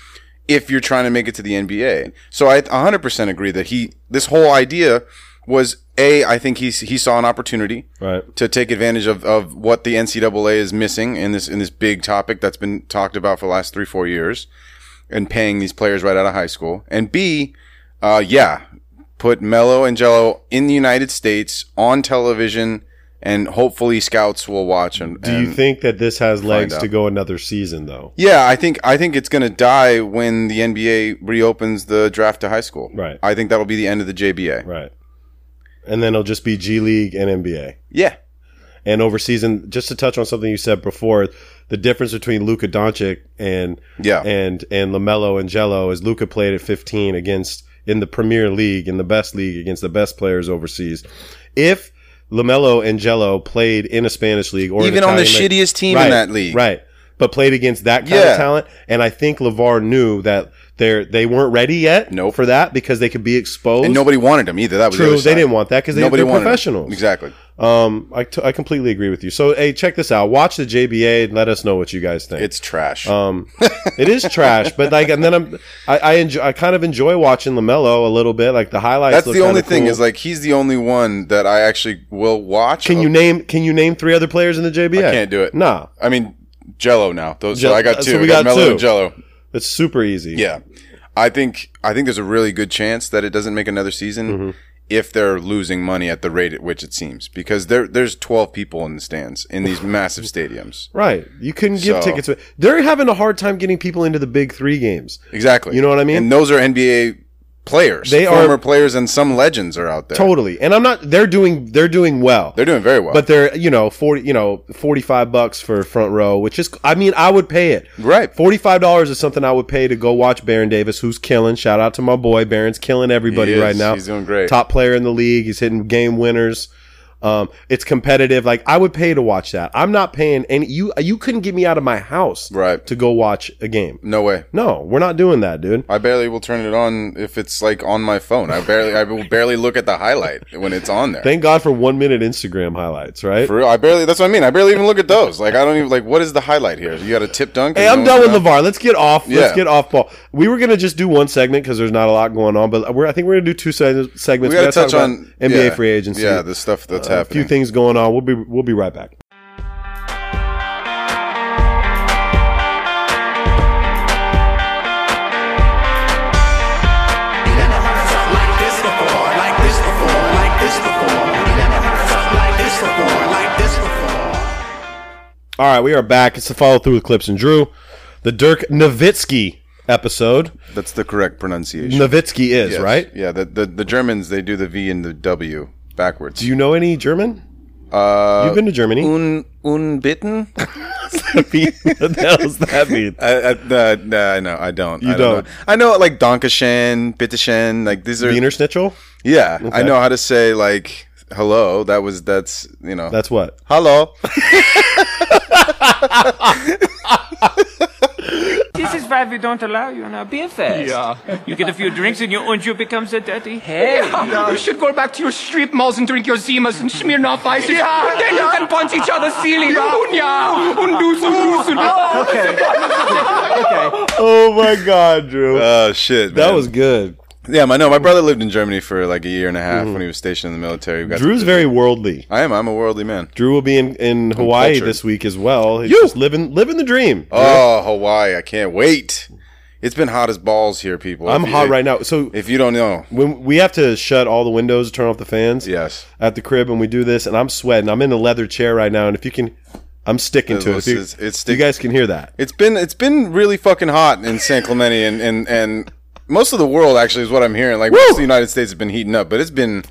[SPEAKER 3] if you're trying to make it to the NBA. So I 100% agree that he, this whole idea was A, I think he, he saw an opportunity
[SPEAKER 1] Right.
[SPEAKER 3] to take advantage of, of what the NCAA is missing in this, in this big topic that's been talked about for the last three, four years and paying these players right out of high school. And B, uh, yeah, put Mello and Jello in the United States on television, and hopefully scouts will watch. And
[SPEAKER 1] Do you
[SPEAKER 3] and-
[SPEAKER 1] think that this has legs
[SPEAKER 3] out.
[SPEAKER 1] to go another season, though?
[SPEAKER 3] Yeah, I think I think it's going to die when the NBA reopens the draft to high school.
[SPEAKER 1] Right.
[SPEAKER 3] I think that'll be the end of the JBA.
[SPEAKER 1] Right. And then it'll just be G League and NBA.
[SPEAKER 3] Yeah.
[SPEAKER 1] and overseas. And just to touch on something you said before, the difference between Luka Doncic and
[SPEAKER 3] Yeah.
[SPEAKER 1] and and Lamelo and Jello is Luka played at 15 against in the Premier League in the best league against the best players overseas. If Lamelo and Jello played in a Spanish league or an
[SPEAKER 3] Even on the
[SPEAKER 1] Italian league-
[SPEAKER 3] shittiest team in
[SPEAKER 1] Right,
[SPEAKER 3] that league.
[SPEAKER 1] right? But played against that kind
[SPEAKER 3] Yeah.
[SPEAKER 1] of talent, and I think Levar knew that they they weren't ready yet
[SPEAKER 3] Nope.
[SPEAKER 1] for that because they could be exposed.
[SPEAKER 3] And nobody wanted them either. That was the
[SPEAKER 1] True,
[SPEAKER 3] other
[SPEAKER 1] they
[SPEAKER 3] side.
[SPEAKER 1] didn't want that because they,
[SPEAKER 3] nobody
[SPEAKER 1] they're
[SPEAKER 3] wanted 'em.
[SPEAKER 1] professionals.
[SPEAKER 3] Exactly.
[SPEAKER 1] Um, I, t- I completely agree with you. So, hey, check this out. Watch the JBA and let us know what you guys think.
[SPEAKER 3] It's trash.
[SPEAKER 1] um, it is trash, but like, and then I'm, I, I enjoy, I kind of enjoy watching Lamelo a little bit. Like the highlights.
[SPEAKER 3] That's
[SPEAKER 1] look
[SPEAKER 3] the only
[SPEAKER 1] kinda
[SPEAKER 3] thing
[SPEAKER 1] cool.
[SPEAKER 3] is like he's the only one that I actually will watch.
[SPEAKER 1] can you name, can you name three other players in the JBA?
[SPEAKER 3] oh. I can't do it.
[SPEAKER 1] Nah,
[SPEAKER 3] Uh, I mean, Jello now. Those,
[SPEAKER 1] Jell- uh,
[SPEAKER 3] so I got
[SPEAKER 1] so
[SPEAKER 3] two.
[SPEAKER 1] we
[SPEAKER 3] I got,
[SPEAKER 1] got
[SPEAKER 3] Mello
[SPEAKER 1] two.
[SPEAKER 3] and Jello.
[SPEAKER 1] it's super easy.
[SPEAKER 3] Yeah, I think I think there's a really good chance that it doesn't make another season
[SPEAKER 1] Mm-hmm.
[SPEAKER 3] if they're losing money at the rate at which it seems because there there's 12 people in the stands in these massive stadiums.
[SPEAKER 1] Right. You couldn't give
[SPEAKER 3] So-
[SPEAKER 1] tickets. away. They're having a hard time getting people into the big three games.
[SPEAKER 3] Exactly.
[SPEAKER 1] You know what I mean?
[SPEAKER 3] And those are NBA players.
[SPEAKER 1] They
[SPEAKER 3] former
[SPEAKER 1] are-
[SPEAKER 3] players and some legends are out there.
[SPEAKER 1] Totally. And I'm not, they're doing, they're doing well.
[SPEAKER 3] They're doing very well.
[SPEAKER 1] but they're you know 40 you know 45 bucks for front row which is i mean i would pay it
[SPEAKER 3] Right.
[SPEAKER 1] 45 dollars is something i would pay to go watch baron davis who's killing shout out to my boy baron's killing everybody
[SPEAKER 3] He is.
[SPEAKER 1] right now
[SPEAKER 3] He's doing great.
[SPEAKER 1] top player in the league he's hitting game winners um, it's competitive. Like I would pay to watch that. I'm not paying any. You you couldn't get me out of my house
[SPEAKER 3] Right.
[SPEAKER 1] to go watch a game.
[SPEAKER 3] no way.
[SPEAKER 1] No, we're not doing that, dude.
[SPEAKER 3] I barely will turn it on if it's like on my phone. I barely I will barely look at the highlight when it's on there.
[SPEAKER 1] Thank God for one minute Instagram highlights, right?
[SPEAKER 3] For real, I barely. That's what I mean. I barely even look at those. Like I don't even like. What is the highlight here? You got a tip dunk?
[SPEAKER 1] Hey,
[SPEAKER 3] and
[SPEAKER 1] I'm
[SPEAKER 3] no
[SPEAKER 1] done
[SPEAKER 3] one's
[SPEAKER 1] with
[SPEAKER 3] around?
[SPEAKER 1] Levar. Let's get off. Let's
[SPEAKER 3] Yeah.
[SPEAKER 1] get off ball. We were gonna just do one segment because there's not a lot going on, but we're I think we're gonna do two seg- segments.
[SPEAKER 3] We got to
[SPEAKER 1] gotta talk
[SPEAKER 3] touch
[SPEAKER 1] about
[SPEAKER 3] on
[SPEAKER 1] NBA
[SPEAKER 3] yeah,
[SPEAKER 1] free agency. Uh,
[SPEAKER 3] Yeah, the stuff that's
[SPEAKER 1] a
[SPEAKER 3] happening.
[SPEAKER 1] few things going on. We'll be we'll be right back. All right, we are back. It's the follow through with Clips and Drew. The Dirk Nowitzki episode.
[SPEAKER 3] That's the correct pronunciation.
[SPEAKER 1] Nowitzki is,
[SPEAKER 3] Yes.
[SPEAKER 1] right?
[SPEAKER 3] Yeah. The, the the Germans they do the V and the W backwards.
[SPEAKER 1] Do you know any German?
[SPEAKER 3] uh,
[SPEAKER 1] You've been to Germany.
[SPEAKER 3] un unbitten?
[SPEAKER 4] what the hell does that mean?
[SPEAKER 3] I, I, uh, no, no, I don't. You I
[SPEAKER 1] don't.
[SPEAKER 3] know. I know like Dankeschön, Bitteschön, like these are.
[SPEAKER 1] Wiener Schnitzel?
[SPEAKER 3] Yeah, I know how to say like hello. That was that's you know
[SPEAKER 1] That's what?
[SPEAKER 3] hello.
[SPEAKER 5] This is why we don't allow you in our beer fest. Yeah. You get a few drinks and your unju becomes a dirty head.
[SPEAKER 6] You should go back to your strip malls and drink your Zimas and Smirnoff ices.
[SPEAKER 5] Yeah.
[SPEAKER 6] Then you can punch each other's ceiling. Unya, undusun, dusun.
[SPEAKER 1] Oh my God, Drew.
[SPEAKER 3] Oh shit,
[SPEAKER 4] That
[SPEAKER 3] man.
[SPEAKER 4] was good.
[SPEAKER 3] yeah. My no, my brother lived in Germany for like a year and a half when he was stationed in the military. We got
[SPEAKER 1] Mm-hmm. Drew's very worldly.
[SPEAKER 3] I am. I'm a worldly man.
[SPEAKER 1] Drew will be in, in Hawaii
[SPEAKER 3] Uh, cultured.
[SPEAKER 1] this week as well. He's
[SPEAKER 3] You!
[SPEAKER 1] just living living the dream.
[SPEAKER 3] Oh, Hawaii! I can't wait. It's been hot as balls here, people.
[SPEAKER 1] I'm
[SPEAKER 3] If you-
[SPEAKER 1] hot right now. So
[SPEAKER 3] If you don't know,
[SPEAKER 1] when we have to shut all the windows, turn off the fans.
[SPEAKER 3] Yes.
[SPEAKER 1] At the crib, and we do this, and I'm sweating. I'm in a leather chair right now, and if you can, I'm sticking to it. If
[SPEAKER 3] This
[SPEAKER 1] you-
[SPEAKER 3] is- it's stick-
[SPEAKER 1] you guys can hear that.
[SPEAKER 3] It's been it's been really fucking hot in San Clemente and and and most of the world actually is what I'm hearing. Like most of the United States has been heating up, but it's been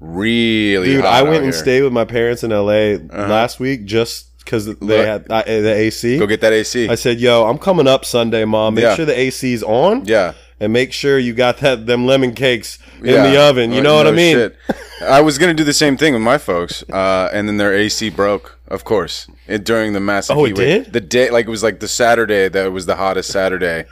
[SPEAKER 3] really
[SPEAKER 1] Dude,
[SPEAKER 3] hot
[SPEAKER 1] I
[SPEAKER 3] out
[SPEAKER 1] went and
[SPEAKER 3] here. Uh-huh.
[SPEAKER 1] stayed with my parents in L.A. last week just because they
[SPEAKER 3] Look.
[SPEAKER 1] had I, uh, the AC.
[SPEAKER 3] Go get that AC.
[SPEAKER 1] I said, "Yo, I'm coming up Sunday, mom. Make
[SPEAKER 3] Yeah.
[SPEAKER 1] sure the AC's on.
[SPEAKER 3] Yeah.
[SPEAKER 1] and make sure you got that them lemon cakes in
[SPEAKER 3] Yeah.
[SPEAKER 1] the oven. You
[SPEAKER 3] Uh,
[SPEAKER 1] know what
[SPEAKER 3] no
[SPEAKER 1] I mean?
[SPEAKER 3] shit. I was gonna do the same thing with my folks, uh, and then their AC broke, of course, it, during the massive.
[SPEAKER 1] Oh, it
[SPEAKER 3] heat wave.
[SPEAKER 1] did?
[SPEAKER 3] The day, like it was like the Saturday that was the hottest Saturday.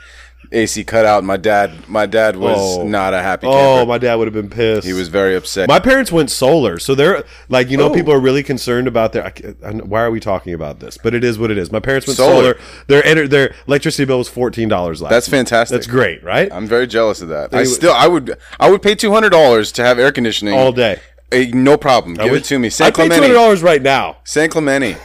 [SPEAKER 3] AC cut out. My dad, my dad was
[SPEAKER 1] Oh.
[SPEAKER 3] not a happy.
[SPEAKER 1] Oh,
[SPEAKER 3] camper.
[SPEAKER 1] my dad would have been pissed.
[SPEAKER 3] He was very upset.
[SPEAKER 1] My parents went solar, so they're like, you know,
[SPEAKER 3] Oh.
[SPEAKER 1] people are really concerned about their. I, ca- I, know- why are we talking about this? But it is what it is. My parents went solar.
[SPEAKER 3] Solar.
[SPEAKER 1] Their ener- their electricity bill was fourteen dollars last.
[SPEAKER 3] That's
[SPEAKER 1] month.
[SPEAKER 3] fantastic.
[SPEAKER 1] That's great, right?
[SPEAKER 3] I'm very jealous of that. I
[SPEAKER 1] Anyway-
[SPEAKER 3] still, I would, I would pay two hundred dollars to have air conditioning
[SPEAKER 1] All day.
[SPEAKER 3] Eh, no problem. Give
[SPEAKER 1] would-
[SPEAKER 3] it to me.
[SPEAKER 1] I
[SPEAKER 3] San
[SPEAKER 1] pay two hundred
[SPEAKER 3] Clemente.
[SPEAKER 1] dollars right now.
[SPEAKER 3] San Clemente.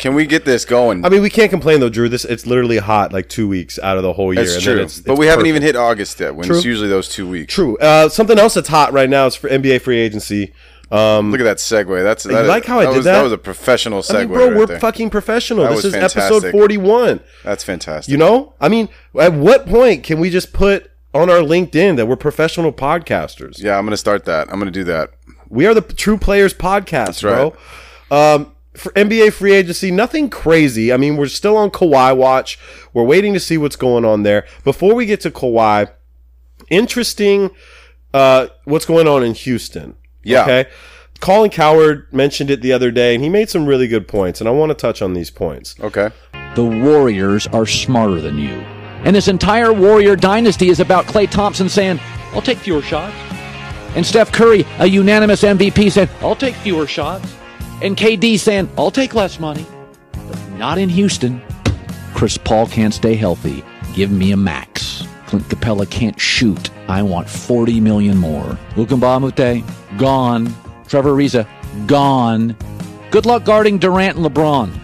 [SPEAKER 3] Can we get this going?
[SPEAKER 1] I mean, we can't complain though, Drew. This it's literally hot like two weeks out of the whole year.
[SPEAKER 3] that's
[SPEAKER 1] and then
[SPEAKER 3] true.
[SPEAKER 1] it's-
[SPEAKER 3] but
[SPEAKER 1] it's
[SPEAKER 3] we haven't
[SPEAKER 1] perfect.
[SPEAKER 3] even hit August yet. When it's
[SPEAKER 1] True.
[SPEAKER 3] usually those two weeks.
[SPEAKER 1] True. Uh, something else that's hot right now is for NBA free agency. Um,
[SPEAKER 3] Look at that segue. That's that is-
[SPEAKER 1] like how I did
[SPEAKER 3] was,
[SPEAKER 1] that?
[SPEAKER 3] was a professional segue.
[SPEAKER 1] I mean, bro,
[SPEAKER 3] right
[SPEAKER 1] we're
[SPEAKER 3] there.
[SPEAKER 1] fucking professional.
[SPEAKER 3] That
[SPEAKER 1] this is
[SPEAKER 3] was
[SPEAKER 1] episode
[SPEAKER 3] fantastic.
[SPEAKER 1] forty-one.
[SPEAKER 3] That's fantastic.
[SPEAKER 1] You know, I mean, at what point can we just put on our LinkedIn that we're professional podcasters?
[SPEAKER 3] yeah, I'm gonna start that. I'm gonna do that.
[SPEAKER 1] We are the True Players Podcast,
[SPEAKER 3] right.
[SPEAKER 1] bro. Um, for NBA free agency, nothing crazy. I mean, we're still on Kawhi watch. We're waiting to see what's going on there. Before we get to Kawhi, interesting. Uh, what's going on in Houston?
[SPEAKER 3] Yeah.
[SPEAKER 1] Okay. Colin Coward mentioned it the other day, and he made some really good points, and I want to touch on these points.
[SPEAKER 3] Okay.
[SPEAKER 7] the Warriors are smarter than you. And this entire Warrior dynasty is about Clay Thompson saying, I'll take fewer shots. And Steph Curry, a unanimous MVP, saying, I'll take fewer shots. And KD saying, I'll take less money. But not in Houston. Chris Paul can't stay healthy. Give me a max. Clint Capella can't shoot. I want 40 million more. Lukumba Mute, gone. Trevor Ariza, gone. Good luck guarding Durant and LeBron.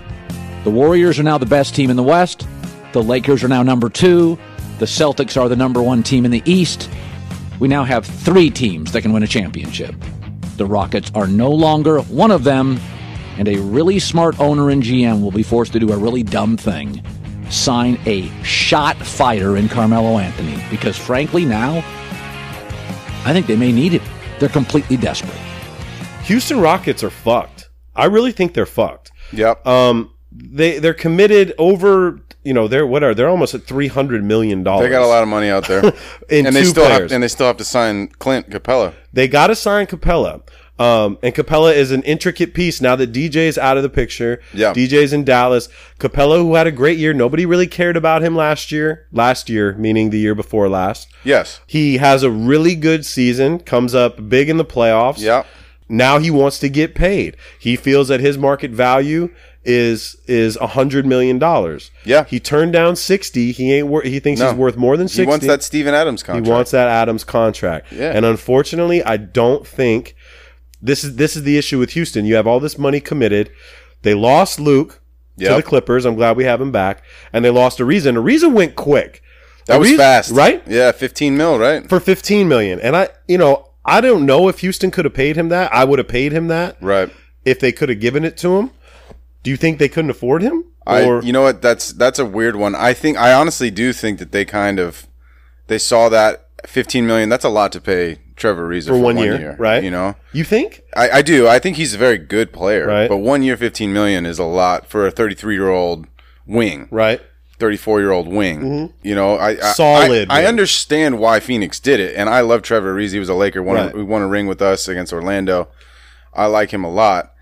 [SPEAKER 7] The Warriors are now the best team in the West. The Lakers are now number two. The Celtics are the number one team in the East. We now have three teams that can win a championship. The Rockets are no longer one of them, and a really smart owner and GM will be forced to do a really dumb thing sign a shot fighter in Carmelo Anthony. Because frankly, now, I think they may need it. They're completely desperate.
[SPEAKER 1] Houston Rockets are fucked. I really think they're fucked.
[SPEAKER 3] Yep.
[SPEAKER 1] Um, they they're committed over. You know, they're what are they're almost at three hundred million dollars.
[SPEAKER 3] they got a lot of money out there,
[SPEAKER 1] In
[SPEAKER 3] and they
[SPEAKER 1] two
[SPEAKER 3] still
[SPEAKER 1] players.
[SPEAKER 3] have and they still have to sign Clint Capella.
[SPEAKER 1] They got to sign Capella. Um, and Capella is an intricate piece now that DJ is out of the picture.
[SPEAKER 3] Yeah.
[SPEAKER 1] DJ's in Dallas. Capella, who had a great year, nobody really cared about him last year. Last year, meaning the year before last.
[SPEAKER 3] Yes.
[SPEAKER 1] He has a really good season, comes up big in the playoffs.
[SPEAKER 3] Yeah.
[SPEAKER 1] Now he wants to get paid. He feels that his market value is is a hundred million dollars.
[SPEAKER 3] Yeah.
[SPEAKER 1] He turned down sixty. He ain't wor- he thinks
[SPEAKER 3] No.
[SPEAKER 1] he's worth more than sixty.
[SPEAKER 3] He wants that Steven Adams contract.
[SPEAKER 1] He wants that Adams contract.
[SPEAKER 3] Yeah.
[SPEAKER 1] And unfortunately, I don't think this is this is the issue with Houston. You have all this money committed. They lost Luke to
[SPEAKER 3] Yep.
[SPEAKER 1] the Clippers. I'm glad we have him back. And they lost Ariza. And Ariza went quick.
[SPEAKER 3] That was
[SPEAKER 1] Ariza-
[SPEAKER 3] fast,
[SPEAKER 1] right?
[SPEAKER 3] Yeah, fifteen mil, right?
[SPEAKER 1] For 15 million. And I, you know, I don't know if Houston could have paid him that. I would have paid him that
[SPEAKER 3] Right.
[SPEAKER 1] if they could have given it to him. Do you think they couldn't afford him?
[SPEAKER 3] I
[SPEAKER 4] Or-
[SPEAKER 3] you know what that's that's a weird one. I think I honestly do think that they kind of they saw that 15 million. That's a lot to pay Trevor Reza for,
[SPEAKER 1] one year, right?
[SPEAKER 3] You know,
[SPEAKER 1] You think?
[SPEAKER 3] I, I do. I think he's a very good player,
[SPEAKER 1] Right.
[SPEAKER 3] but one year 15 million is a lot for a 33 year old wing,
[SPEAKER 1] Right.
[SPEAKER 3] 34 year old wing. You know, I, I
[SPEAKER 1] Mm-hmm. Solid
[SPEAKER 3] I, I
[SPEAKER 1] wing.
[SPEAKER 3] understand why Phoenix did it, and I love Trevor Reese. He was a Laker. Won
[SPEAKER 1] Right.
[SPEAKER 3] a, won a ring with us against Orlando. I like him a lot,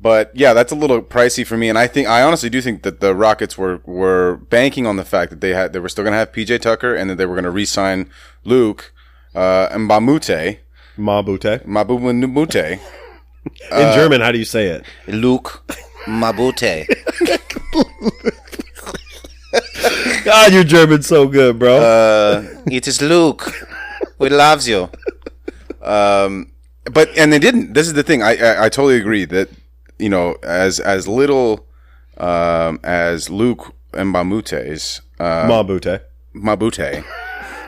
[SPEAKER 3] but yeah, that's a little pricey for me. And I think I honestly do think that the Rockets were were banking on the fact that they had they were still going to have PJ Tucker and that they were going to re-sign Luke uh, and Bamute,
[SPEAKER 1] Mabute.
[SPEAKER 3] Mabumute,
[SPEAKER 1] In
[SPEAKER 3] Uh,
[SPEAKER 1] German, how do you say it?
[SPEAKER 8] Luke Mabute.
[SPEAKER 1] God, your German's so good, bro.
[SPEAKER 8] it is Luke. We loves you.
[SPEAKER 3] Um, but and they didn't. This is the thing. I I, I totally agree that you know as as little um, as Luke and Bamute's uh,
[SPEAKER 1] Mabute.
[SPEAKER 3] Mabute,